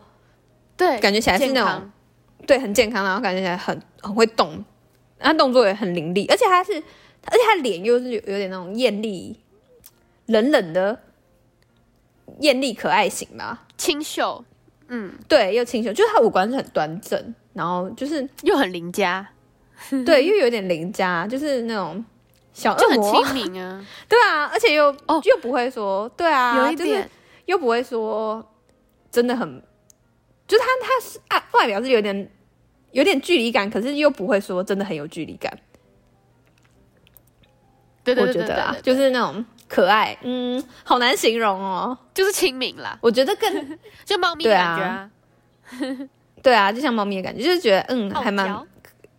[SPEAKER 1] 对，
[SPEAKER 2] 感觉起来是
[SPEAKER 1] 哎健
[SPEAKER 2] 那
[SPEAKER 1] 康
[SPEAKER 2] 种对很健康，然后感觉起来很很会动，然后动作也很凌厉，而且她是而且他脸又是有有点那种艳丽、冷冷的艳丽可爱型吧？
[SPEAKER 1] 清秀，嗯，
[SPEAKER 2] 对，又清秀，就是他五官是很端正，然后就是
[SPEAKER 1] 又很邻家，
[SPEAKER 2] 对，又有点邻家，就是那种小
[SPEAKER 1] 就
[SPEAKER 2] 恶
[SPEAKER 1] 很
[SPEAKER 2] 魔，
[SPEAKER 1] 亲 民啊，
[SPEAKER 2] 对啊，而且又
[SPEAKER 1] 哦
[SPEAKER 2] 又不会说，对啊，
[SPEAKER 1] 有一
[SPEAKER 2] 就是
[SPEAKER 1] 点
[SPEAKER 2] 又不会说真的很，就是他他是啊，外表是有点有点距离感，可是又不会说真的很有距离感。
[SPEAKER 1] 对对
[SPEAKER 2] 我
[SPEAKER 1] 对
[SPEAKER 2] 觉
[SPEAKER 1] 对对
[SPEAKER 2] 得啊
[SPEAKER 1] 对，
[SPEAKER 2] 就
[SPEAKER 1] 就是
[SPEAKER 2] 是那种可爱，嗯，好难形容哦。
[SPEAKER 1] 就是亲民啦，
[SPEAKER 2] 我觉得更
[SPEAKER 1] 就猫咪的
[SPEAKER 2] 对
[SPEAKER 1] 感
[SPEAKER 2] 啊
[SPEAKER 1] 觉啊，
[SPEAKER 2] 对啊，就像猫咪的感觉，就是觉得嗯，
[SPEAKER 1] 傲
[SPEAKER 2] 还蛮
[SPEAKER 1] 娇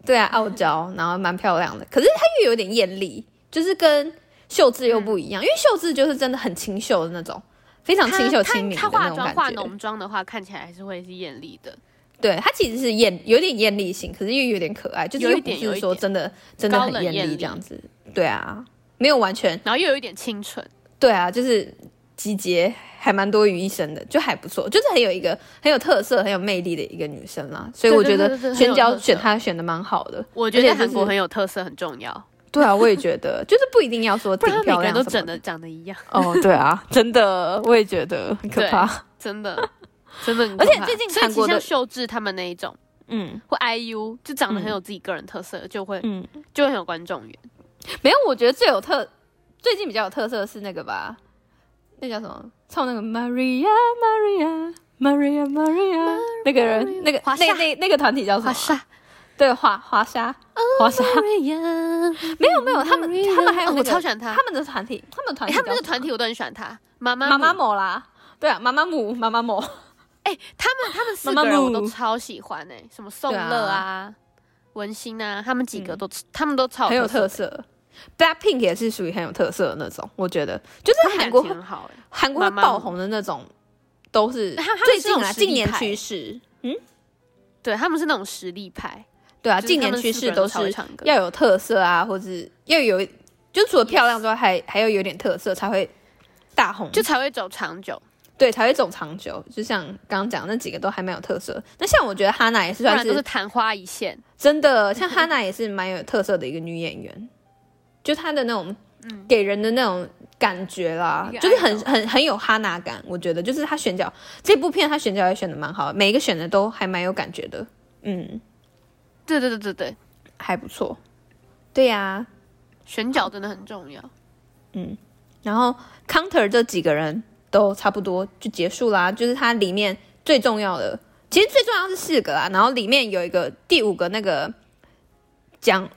[SPEAKER 2] 对啊，傲娇，然后蛮漂亮的。可是它又有点艳丽，就是跟秀智又不一样，因为秀智就是真的很清秀的那种，非常清秀
[SPEAKER 1] 她
[SPEAKER 2] 清明
[SPEAKER 1] 她
[SPEAKER 2] 的
[SPEAKER 1] 化
[SPEAKER 2] 那种
[SPEAKER 1] 妆化
[SPEAKER 2] 感觉。
[SPEAKER 1] 浓妆的话，看起来还是会是艳丽的，
[SPEAKER 2] 对，它其实是艳，有点艳丽型，可是又有点可爱，就是
[SPEAKER 1] 有
[SPEAKER 2] 又
[SPEAKER 1] 一
[SPEAKER 2] 不
[SPEAKER 1] 点有
[SPEAKER 2] 是
[SPEAKER 1] 一
[SPEAKER 2] 说
[SPEAKER 1] 点
[SPEAKER 2] 真的真的
[SPEAKER 1] 高
[SPEAKER 2] 很
[SPEAKER 1] 冷
[SPEAKER 2] 艳
[SPEAKER 1] 艳
[SPEAKER 2] 丽
[SPEAKER 1] 丽
[SPEAKER 2] 这样子。对啊，没有完全
[SPEAKER 1] 然后又有一点清纯，
[SPEAKER 2] 对啊，就是集结还蛮多于一身的，就还不错，就是很有一个很有特色、很有魅力的一个女生啦。所以
[SPEAKER 1] 对
[SPEAKER 2] 我
[SPEAKER 1] 对
[SPEAKER 2] 觉
[SPEAKER 1] 对
[SPEAKER 2] 得
[SPEAKER 1] 对对很有
[SPEAKER 2] 宣娇
[SPEAKER 1] 特色
[SPEAKER 2] 选她选的蛮好的。
[SPEAKER 1] 我觉得
[SPEAKER 2] 而且就是
[SPEAKER 1] 韩国很有特色，很重要，
[SPEAKER 2] 对啊，我也觉得，就是不一定要说
[SPEAKER 1] 不
[SPEAKER 2] 挺
[SPEAKER 1] 然他每
[SPEAKER 2] 漂
[SPEAKER 1] 个人
[SPEAKER 2] 亮
[SPEAKER 1] 都
[SPEAKER 2] 什
[SPEAKER 1] 整
[SPEAKER 2] 么的。
[SPEAKER 1] 的长得 一样，
[SPEAKER 2] 哦，对啊，真的，我也觉得很可怕。
[SPEAKER 1] 真的。真的很可
[SPEAKER 2] 而且
[SPEAKER 1] 怕，
[SPEAKER 2] 最近
[SPEAKER 1] 所以
[SPEAKER 2] 韩
[SPEAKER 1] 其实
[SPEAKER 2] 国的
[SPEAKER 1] 像秀智他们那一种，
[SPEAKER 2] 嗯
[SPEAKER 1] 或 IU 就长得很
[SPEAKER 2] 嗯
[SPEAKER 1] 有自己个人特色，就会
[SPEAKER 2] 嗯，
[SPEAKER 1] 就会很有观众缘。
[SPEAKER 2] 没有，我觉得最有特，最近比较有特色的是那个吧，那叫什么？唱那个 Maria Maria Maria Maria 那个人，那个
[SPEAKER 1] 华
[SPEAKER 2] 那
[SPEAKER 1] 夏
[SPEAKER 2] 那那个团体叫什么
[SPEAKER 1] 华
[SPEAKER 2] 啊？
[SPEAKER 1] 莎，Oh，
[SPEAKER 2] 对，华华沙，华沙。
[SPEAKER 1] 没
[SPEAKER 2] 没有没有，他们他们还有那
[SPEAKER 1] 哦我
[SPEAKER 2] 个
[SPEAKER 1] 超喜欢他
[SPEAKER 2] 他，们的团体，他们的团
[SPEAKER 1] 哎，
[SPEAKER 2] 体叫什
[SPEAKER 1] 他
[SPEAKER 2] 么，
[SPEAKER 1] 们那个团体我都很喜欢他。妈妈，
[SPEAKER 2] 妈妈，某啦，对啊，妈妈母妈妈某，
[SPEAKER 1] 哎，他们他们四
[SPEAKER 2] 妈
[SPEAKER 1] 个
[SPEAKER 2] 妈
[SPEAKER 1] 人
[SPEAKER 2] 木
[SPEAKER 1] 我都超喜欢哎，什么宋乐啊、文心啊，他们几个都他们都超
[SPEAKER 2] 嗯很有特
[SPEAKER 1] 色，
[SPEAKER 2] 色。Blackpink 也是属于很有特色的那种，我觉得就是
[SPEAKER 1] 他们
[SPEAKER 2] 韩
[SPEAKER 1] 感
[SPEAKER 2] 国
[SPEAKER 1] 情很好哎。
[SPEAKER 2] 韩国会
[SPEAKER 1] 妈妈
[SPEAKER 2] 爆
[SPEAKER 1] 母
[SPEAKER 2] 红的那种，都是
[SPEAKER 1] 他他们
[SPEAKER 2] 最
[SPEAKER 1] 是
[SPEAKER 2] 近
[SPEAKER 1] 那
[SPEAKER 2] 啊
[SPEAKER 1] 种实
[SPEAKER 2] 近
[SPEAKER 1] 力
[SPEAKER 2] 年
[SPEAKER 1] 派
[SPEAKER 2] 趋势，
[SPEAKER 1] 对，他们是那种实力派，
[SPEAKER 2] 对啊，
[SPEAKER 1] 就是
[SPEAKER 2] 近
[SPEAKER 1] 他
[SPEAKER 2] 年
[SPEAKER 1] 们
[SPEAKER 2] 趋
[SPEAKER 1] 四
[SPEAKER 2] 势
[SPEAKER 1] 个人
[SPEAKER 2] 都
[SPEAKER 1] 超会
[SPEAKER 2] 是
[SPEAKER 1] 唱歌
[SPEAKER 2] 要有特色啊，或者要有，就除了漂亮之外，还还要有点特色才会大红，
[SPEAKER 1] 就才会走长久，
[SPEAKER 2] 对才会走长久。就像刚刚讲那几个都还蛮有特色，那像我觉得哈娜也是
[SPEAKER 1] 不
[SPEAKER 2] 算
[SPEAKER 1] 然
[SPEAKER 2] 是
[SPEAKER 1] 都是昙花一现。
[SPEAKER 2] 真的，像哈娜也是蛮有特色的一个女演员，就她的那种给人的那种感觉啦
[SPEAKER 1] 嗯一，个
[SPEAKER 2] 就是很
[SPEAKER 1] idol
[SPEAKER 2] 很很有哈娜感。我觉得就是她选角这部片，她选角也选的蛮好的，每一个选的都还蛮有感觉的，嗯，
[SPEAKER 1] 对对对对对，
[SPEAKER 2] 还不错。对呀、
[SPEAKER 1] 选角真的很重要。
[SPEAKER 2] 然后 Counter 这几个人都差不多就结束啦，就是它里面最重要的，其实最重要是四个啦，然后里面有一个第五个那个江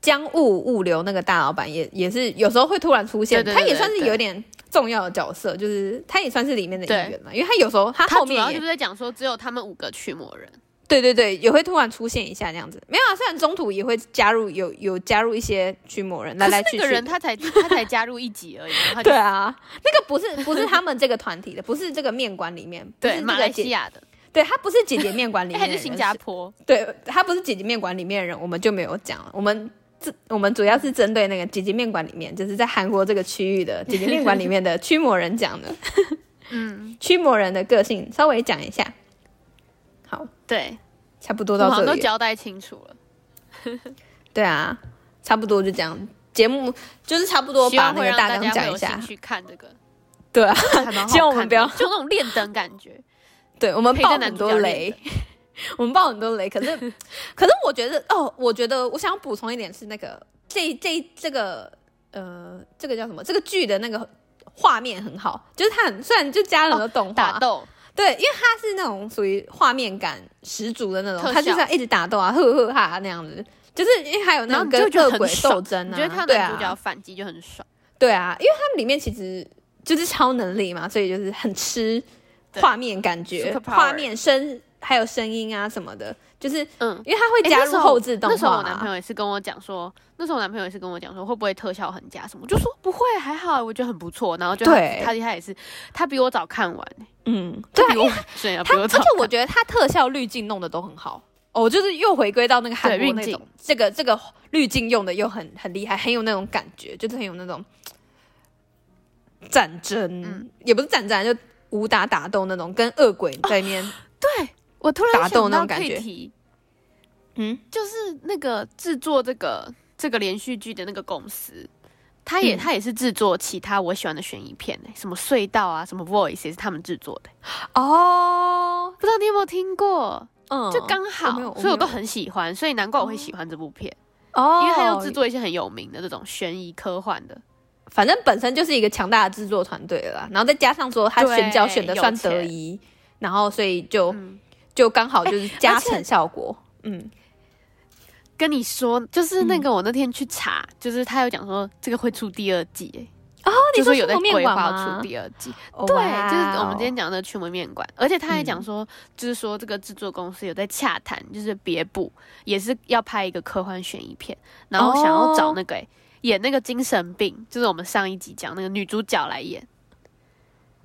[SPEAKER 2] 江务物流那个大老板也也是有时候会突然出现，
[SPEAKER 1] 对对对
[SPEAKER 2] 他也算是
[SPEAKER 1] 对
[SPEAKER 2] 有点重要的角色，就是他也算是里面的一
[SPEAKER 1] 对
[SPEAKER 2] 员嘛，因为他有时候啊他
[SPEAKER 1] 他
[SPEAKER 2] 后
[SPEAKER 1] 主要
[SPEAKER 2] 面也
[SPEAKER 1] 就是在讲说，只有他们五个驱魔人。
[SPEAKER 2] 对对对也会突然出现一下这样子，没有啊，虽然中途也会加入有有加入一些驱魔人来来
[SPEAKER 1] 可是
[SPEAKER 2] 去
[SPEAKER 1] 那个
[SPEAKER 2] 去的
[SPEAKER 1] 人他才他才加入一集而已，然后他就
[SPEAKER 2] 对啊，那个不是不是他们这个团体的，不是这个面馆里面，不是
[SPEAKER 1] 对
[SPEAKER 2] 这
[SPEAKER 1] 马
[SPEAKER 2] 个
[SPEAKER 1] 来西
[SPEAKER 2] 姐，
[SPEAKER 1] 亚的，
[SPEAKER 2] 对他不是姐姐面馆里
[SPEAKER 1] 哎
[SPEAKER 2] 面
[SPEAKER 1] 还
[SPEAKER 2] 的
[SPEAKER 1] 是
[SPEAKER 2] 人，
[SPEAKER 1] 新加坡，
[SPEAKER 2] 对他不是姐姐面馆里面的人，我们就没有讲了。我们这我们主要是针对那个姐姐面馆里面，就是在韩国这个区域的姐姐面馆里面的驱魔人讲的，
[SPEAKER 1] 嗯，
[SPEAKER 2] 驱魔人的个性稍微讲一下，好，
[SPEAKER 1] 对，
[SPEAKER 2] 差不多
[SPEAKER 1] 我们好
[SPEAKER 2] 到
[SPEAKER 1] 像
[SPEAKER 2] 这
[SPEAKER 1] 都
[SPEAKER 2] 里了，
[SPEAKER 1] 交代清楚了，
[SPEAKER 2] 对啊，差不多就这样。节目就是差不多
[SPEAKER 1] 希
[SPEAKER 2] 把
[SPEAKER 1] 望
[SPEAKER 2] 那
[SPEAKER 1] 会
[SPEAKER 2] 个
[SPEAKER 1] 让
[SPEAKER 2] 大
[SPEAKER 1] 大
[SPEAKER 2] 纲
[SPEAKER 1] 家会
[SPEAKER 2] 讲
[SPEAKER 1] 有
[SPEAKER 2] 一下
[SPEAKER 1] 兴，趣看 这个，
[SPEAKER 2] 对啊，
[SPEAKER 1] 还蛮好看的
[SPEAKER 2] 希望我们不要
[SPEAKER 1] 就那种练灯感觉，
[SPEAKER 2] 对我们
[SPEAKER 1] 陪
[SPEAKER 2] 爆
[SPEAKER 1] 着男
[SPEAKER 2] 很
[SPEAKER 1] 主
[SPEAKER 2] 多
[SPEAKER 1] 角
[SPEAKER 2] 雷
[SPEAKER 1] 练，
[SPEAKER 2] 我们爆很多雷，可是 可是我觉得哦，我觉得我想要补充一点是那个这这这个呃这个叫什么？这个剧的那个画面很好，就是它很虽然就加了很多动画、
[SPEAKER 1] 哦打斗，
[SPEAKER 2] 对，因为它是那种属于画面感十足的那
[SPEAKER 1] 特
[SPEAKER 2] 种，它就是
[SPEAKER 1] 效
[SPEAKER 2] 要一直打斗啊，呵呵哈哈那样子。就是因为还有
[SPEAKER 1] 然
[SPEAKER 2] 那
[SPEAKER 1] 后
[SPEAKER 2] 种
[SPEAKER 1] 你就
[SPEAKER 2] 跟
[SPEAKER 1] 觉得
[SPEAKER 2] 恶
[SPEAKER 1] 很
[SPEAKER 2] 鬼
[SPEAKER 1] 爽
[SPEAKER 2] 斗争
[SPEAKER 1] 你
[SPEAKER 2] 啊，
[SPEAKER 1] 觉得看到
[SPEAKER 2] 对
[SPEAKER 1] 男主
[SPEAKER 2] 啊
[SPEAKER 1] 角反击就很爽，
[SPEAKER 2] 对啊，因为他们里面其实就是超能力嘛，所以就是很吃
[SPEAKER 1] 对
[SPEAKER 2] 画面感觉、
[SPEAKER 1] Superpower
[SPEAKER 2] 画面声还有声音啊什么的，就是
[SPEAKER 1] 嗯。
[SPEAKER 2] 因为它会
[SPEAKER 1] 哎
[SPEAKER 2] 加
[SPEAKER 1] 那时
[SPEAKER 2] 入
[SPEAKER 1] 候
[SPEAKER 2] 后置动
[SPEAKER 1] 那时候
[SPEAKER 2] 画、
[SPEAKER 1] 我男朋
[SPEAKER 2] 啊。
[SPEAKER 1] 友也是跟我讲说，那时候我男朋友也是跟我讲说，会不会特效很假什么？我就说不会，还好，我觉得很不错。然后就
[SPEAKER 2] 对
[SPEAKER 1] 他他也是，他比我早看完，
[SPEAKER 2] 嗯，对啊，
[SPEAKER 1] 他比我对啊，比
[SPEAKER 2] 它
[SPEAKER 1] 我
[SPEAKER 2] 而
[SPEAKER 1] 早
[SPEAKER 2] 且
[SPEAKER 1] 看。
[SPEAKER 2] 我觉得它特效滤镜弄得都很好。哦，就是又回归到那个韩
[SPEAKER 1] 对
[SPEAKER 2] 国
[SPEAKER 1] 运
[SPEAKER 2] 那
[SPEAKER 1] 镜
[SPEAKER 2] 种，这个这个滤镜用的又很很厉害，很有那种感觉，就是很有那种战争，
[SPEAKER 1] 嗯
[SPEAKER 2] 也不是战争啊，就武打打斗那种，跟恶鬼在面。
[SPEAKER 1] 对我突然
[SPEAKER 2] 打斗
[SPEAKER 1] 想
[SPEAKER 2] 那
[SPEAKER 1] 到
[SPEAKER 2] 种感
[SPEAKER 1] 可以
[SPEAKER 2] 觉
[SPEAKER 1] 提，
[SPEAKER 2] 嗯，
[SPEAKER 1] 就是那个制作这个这个连续剧的那个公司，他也、
[SPEAKER 2] 嗯
[SPEAKER 1] 他也是制作其他我喜欢的悬疑片、欸，什么隧道啊，什么 Voice 也是他们制作的、欸
[SPEAKER 2] 哦，
[SPEAKER 1] 不知道你有没有听过？
[SPEAKER 2] 嗯，
[SPEAKER 1] 就刚好，
[SPEAKER 2] 没有我
[SPEAKER 1] 所以哦我
[SPEAKER 2] 没
[SPEAKER 1] 都
[SPEAKER 2] 有
[SPEAKER 1] 很喜欢，所以难怪我会喜欢这部片，
[SPEAKER 2] 哦，
[SPEAKER 1] 因为他要制，作一些很有名的这种悬疑科幻的。
[SPEAKER 2] 反正本身就是一个强大的制作团队了啦，然后再加上说他
[SPEAKER 1] 对
[SPEAKER 2] 选角选的
[SPEAKER 1] 有
[SPEAKER 2] 算
[SPEAKER 1] 钱
[SPEAKER 2] 得宜，然后所以就、
[SPEAKER 1] 嗯
[SPEAKER 2] 就刚好就是加
[SPEAKER 1] 而且
[SPEAKER 2] 成效果，嗯，
[SPEAKER 1] 跟你说，就是那个我那天去查，就是他有讲说这个会出第二季、欸，
[SPEAKER 2] 哦，你
[SPEAKER 1] 就说
[SPEAKER 2] 是
[SPEAKER 1] 有在
[SPEAKER 2] 蒙面
[SPEAKER 1] 规
[SPEAKER 2] 馆
[SPEAKER 1] 划
[SPEAKER 2] 吗
[SPEAKER 1] 出第二季。
[SPEAKER 2] 哦
[SPEAKER 1] 对，
[SPEAKER 2] 哇
[SPEAKER 1] 就是我们
[SPEAKER 2] 哦嗯
[SPEAKER 1] 今天讲的群文面馆，而且他还讲说，就是说这个制作公司有在洽谈，就是别部也是要拍一个科幻悬疑片，然后想要
[SPEAKER 2] 哦
[SPEAKER 1] 找那个、欸演那个精神病，就是我们上一集讲那个女主角来演。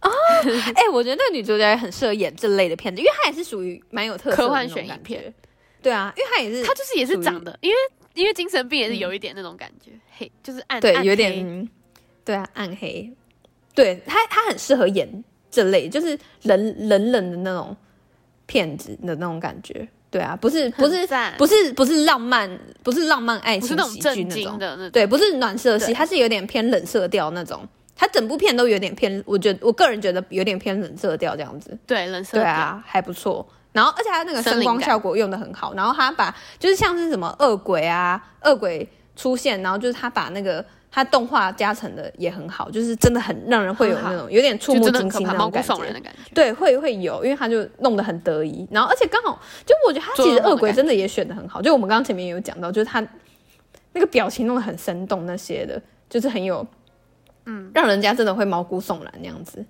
[SPEAKER 2] 哎、我觉得那个女主角也很适合演这类的片子，因为她也是属于蛮有特色的
[SPEAKER 1] 科幻
[SPEAKER 2] 那种
[SPEAKER 1] 悬疑
[SPEAKER 2] 感觉
[SPEAKER 1] 片。
[SPEAKER 2] 对啊，因为她也是
[SPEAKER 1] 她就是也
[SPEAKER 2] 属
[SPEAKER 1] 是
[SPEAKER 2] 于
[SPEAKER 1] 长得，因为因为精神病也是有一点那种感觉，嘿，就是暗
[SPEAKER 2] 对
[SPEAKER 1] 暗
[SPEAKER 2] 有点
[SPEAKER 1] 黑
[SPEAKER 2] 嗯对啊暗黑，对她她很适合演这类，就是冷冷冷的那种片子的那种感觉。对啊，不 是不
[SPEAKER 1] 很
[SPEAKER 2] 是
[SPEAKER 1] 赞
[SPEAKER 2] 不是不是浪漫，不是浪漫爱
[SPEAKER 1] 不是
[SPEAKER 2] 情
[SPEAKER 1] 那种
[SPEAKER 2] 喜剧
[SPEAKER 1] 震
[SPEAKER 2] 那
[SPEAKER 1] 惊
[SPEAKER 2] 种，
[SPEAKER 1] 的那种。
[SPEAKER 2] 对，不是暖色系，
[SPEAKER 1] 对
[SPEAKER 2] 它是有点偏冷色调那种。它整部片都有点偏，我觉得我个人觉得有点偏冷色调这样子。
[SPEAKER 1] 对，人设
[SPEAKER 2] 对啊，还不错。然后，而且它那个
[SPEAKER 1] 森
[SPEAKER 2] 声
[SPEAKER 1] 林
[SPEAKER 2] 光
[SPEAKER 1] 感
[SPEAKER 2] 效果用的很好。然后它把就是像是什么恶鬼啊，恶鬼出现，然后就是它把那个它动画加成的也很好，就是真的很让人会有
[SPEAKER 1] 很好
[SPEAKER 2] 那种有点触
[SPEAKER 1] 就
[SPEAKER 2] 目
[SPEAKER 1] 真的很
[SPEAKER 2] 惊
[SPEAKER 1] 可
[SPEAKER 2] 心
[SPEAKER 1] 怕，
[SPEAKER 2] 那
[SPEAKER 1] 毛
[SPEAKER 2] 种
[SPEAKER 1] 骨
[SPEAKER 2] 感
[SPEAKER 1] 悚然
[SPEAKER 2] 觉
[SPEAKER 1] 的。感觉。
[SPEAKER 2] 对，会会有，因为他就弄得很得意，然后而且刚好就我觉得他
[SPEAKER 1] 做
[SPEAKER 2] 其实
[SPEAKER 1] 噩梦的
[SPEAKER 2] 恶鬼
[SPEAKER 1] 感
[SPEAKER 2] 真的也选的很好，就我们刚刚前面也有讲到，就是他那个表情弄得很生动那些的，就是很有，嗯，让人家真的会毛骨悚然那样子，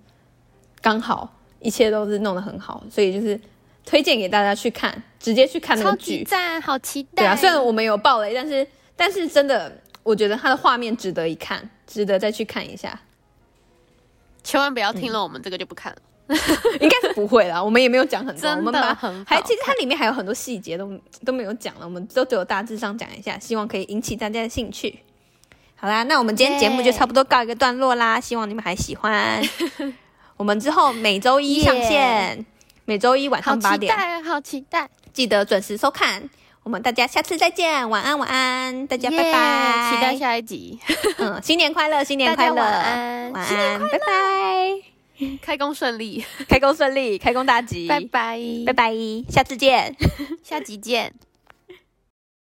[SPEAKER 2] 刚好一切都是弄得很好，所以就是推荐给大家去看，直接去看那
[SPEAKER 1] 超
[SPEAKER 2] 个
[SPEAKER 1] 级
[SPEAKER 2] 剧，
[SPEAKER 1] 赞，好期待。
[SPEAKER 2] 对啊，虽然我们有爆雷，但是但是真的我觉得它的画面值得一看，值得再去看一下，
[SPEAKER 1] 千万不要
[SPEAKER 2] 嗯
[SPEAKER 1] 听了我们这个就不看了，
[SPEAKER 2] 应该是不会啦，我们也没有讲很多，我
[SPEAKER 1] 真
[SPEAKER 2] 们
[SPEAKER 1] 的
[SPEAKER 2] 把
[SPEAKER 1] 很好
[SPEAKER 2] 还其实它里面还有很多细节都都没有讲了，我们都只有大致上讲一下，希望可以引起大家的兴趣。好啦，那我们今天节目就差不多告一个段落啦，希望你们还喜 欢。我们之后每周一上线每周一晚
[SPEAKER 1] 好
[SPEAKER 2] 上八
[SPEAKER 1] 期
[SPEAKER 2] 点，
[SPEAKER 1] 待啊，好期待。
[SPEAKER 2] 记得准时收看。我们大家下次再见，晚安晚安，大家
[SPEAKER 1] 耶
[SPEAKER 2] 拜拜，
[SPEAKER 1] 期待下一集，
[SPEAKER 2] 嗯，新年快乐，新年
[SPEAKER 1] 大
[SPEAKER 2] 快
[SPEAKER 1] 家
[SPEAKER 2] 乐，
[SPEAKER 1] 晚安，
[SPEAKER 2] 晚安，拜拜，
[SPEAKER 1] 开工顺利，
[SPEAKER 2] 开工顺利，开工大吉，
[SPEAKER 1] 拜拜，
[SPEAKER 2] 拜拜，下次见。
[SPEAKER 1] 下集见。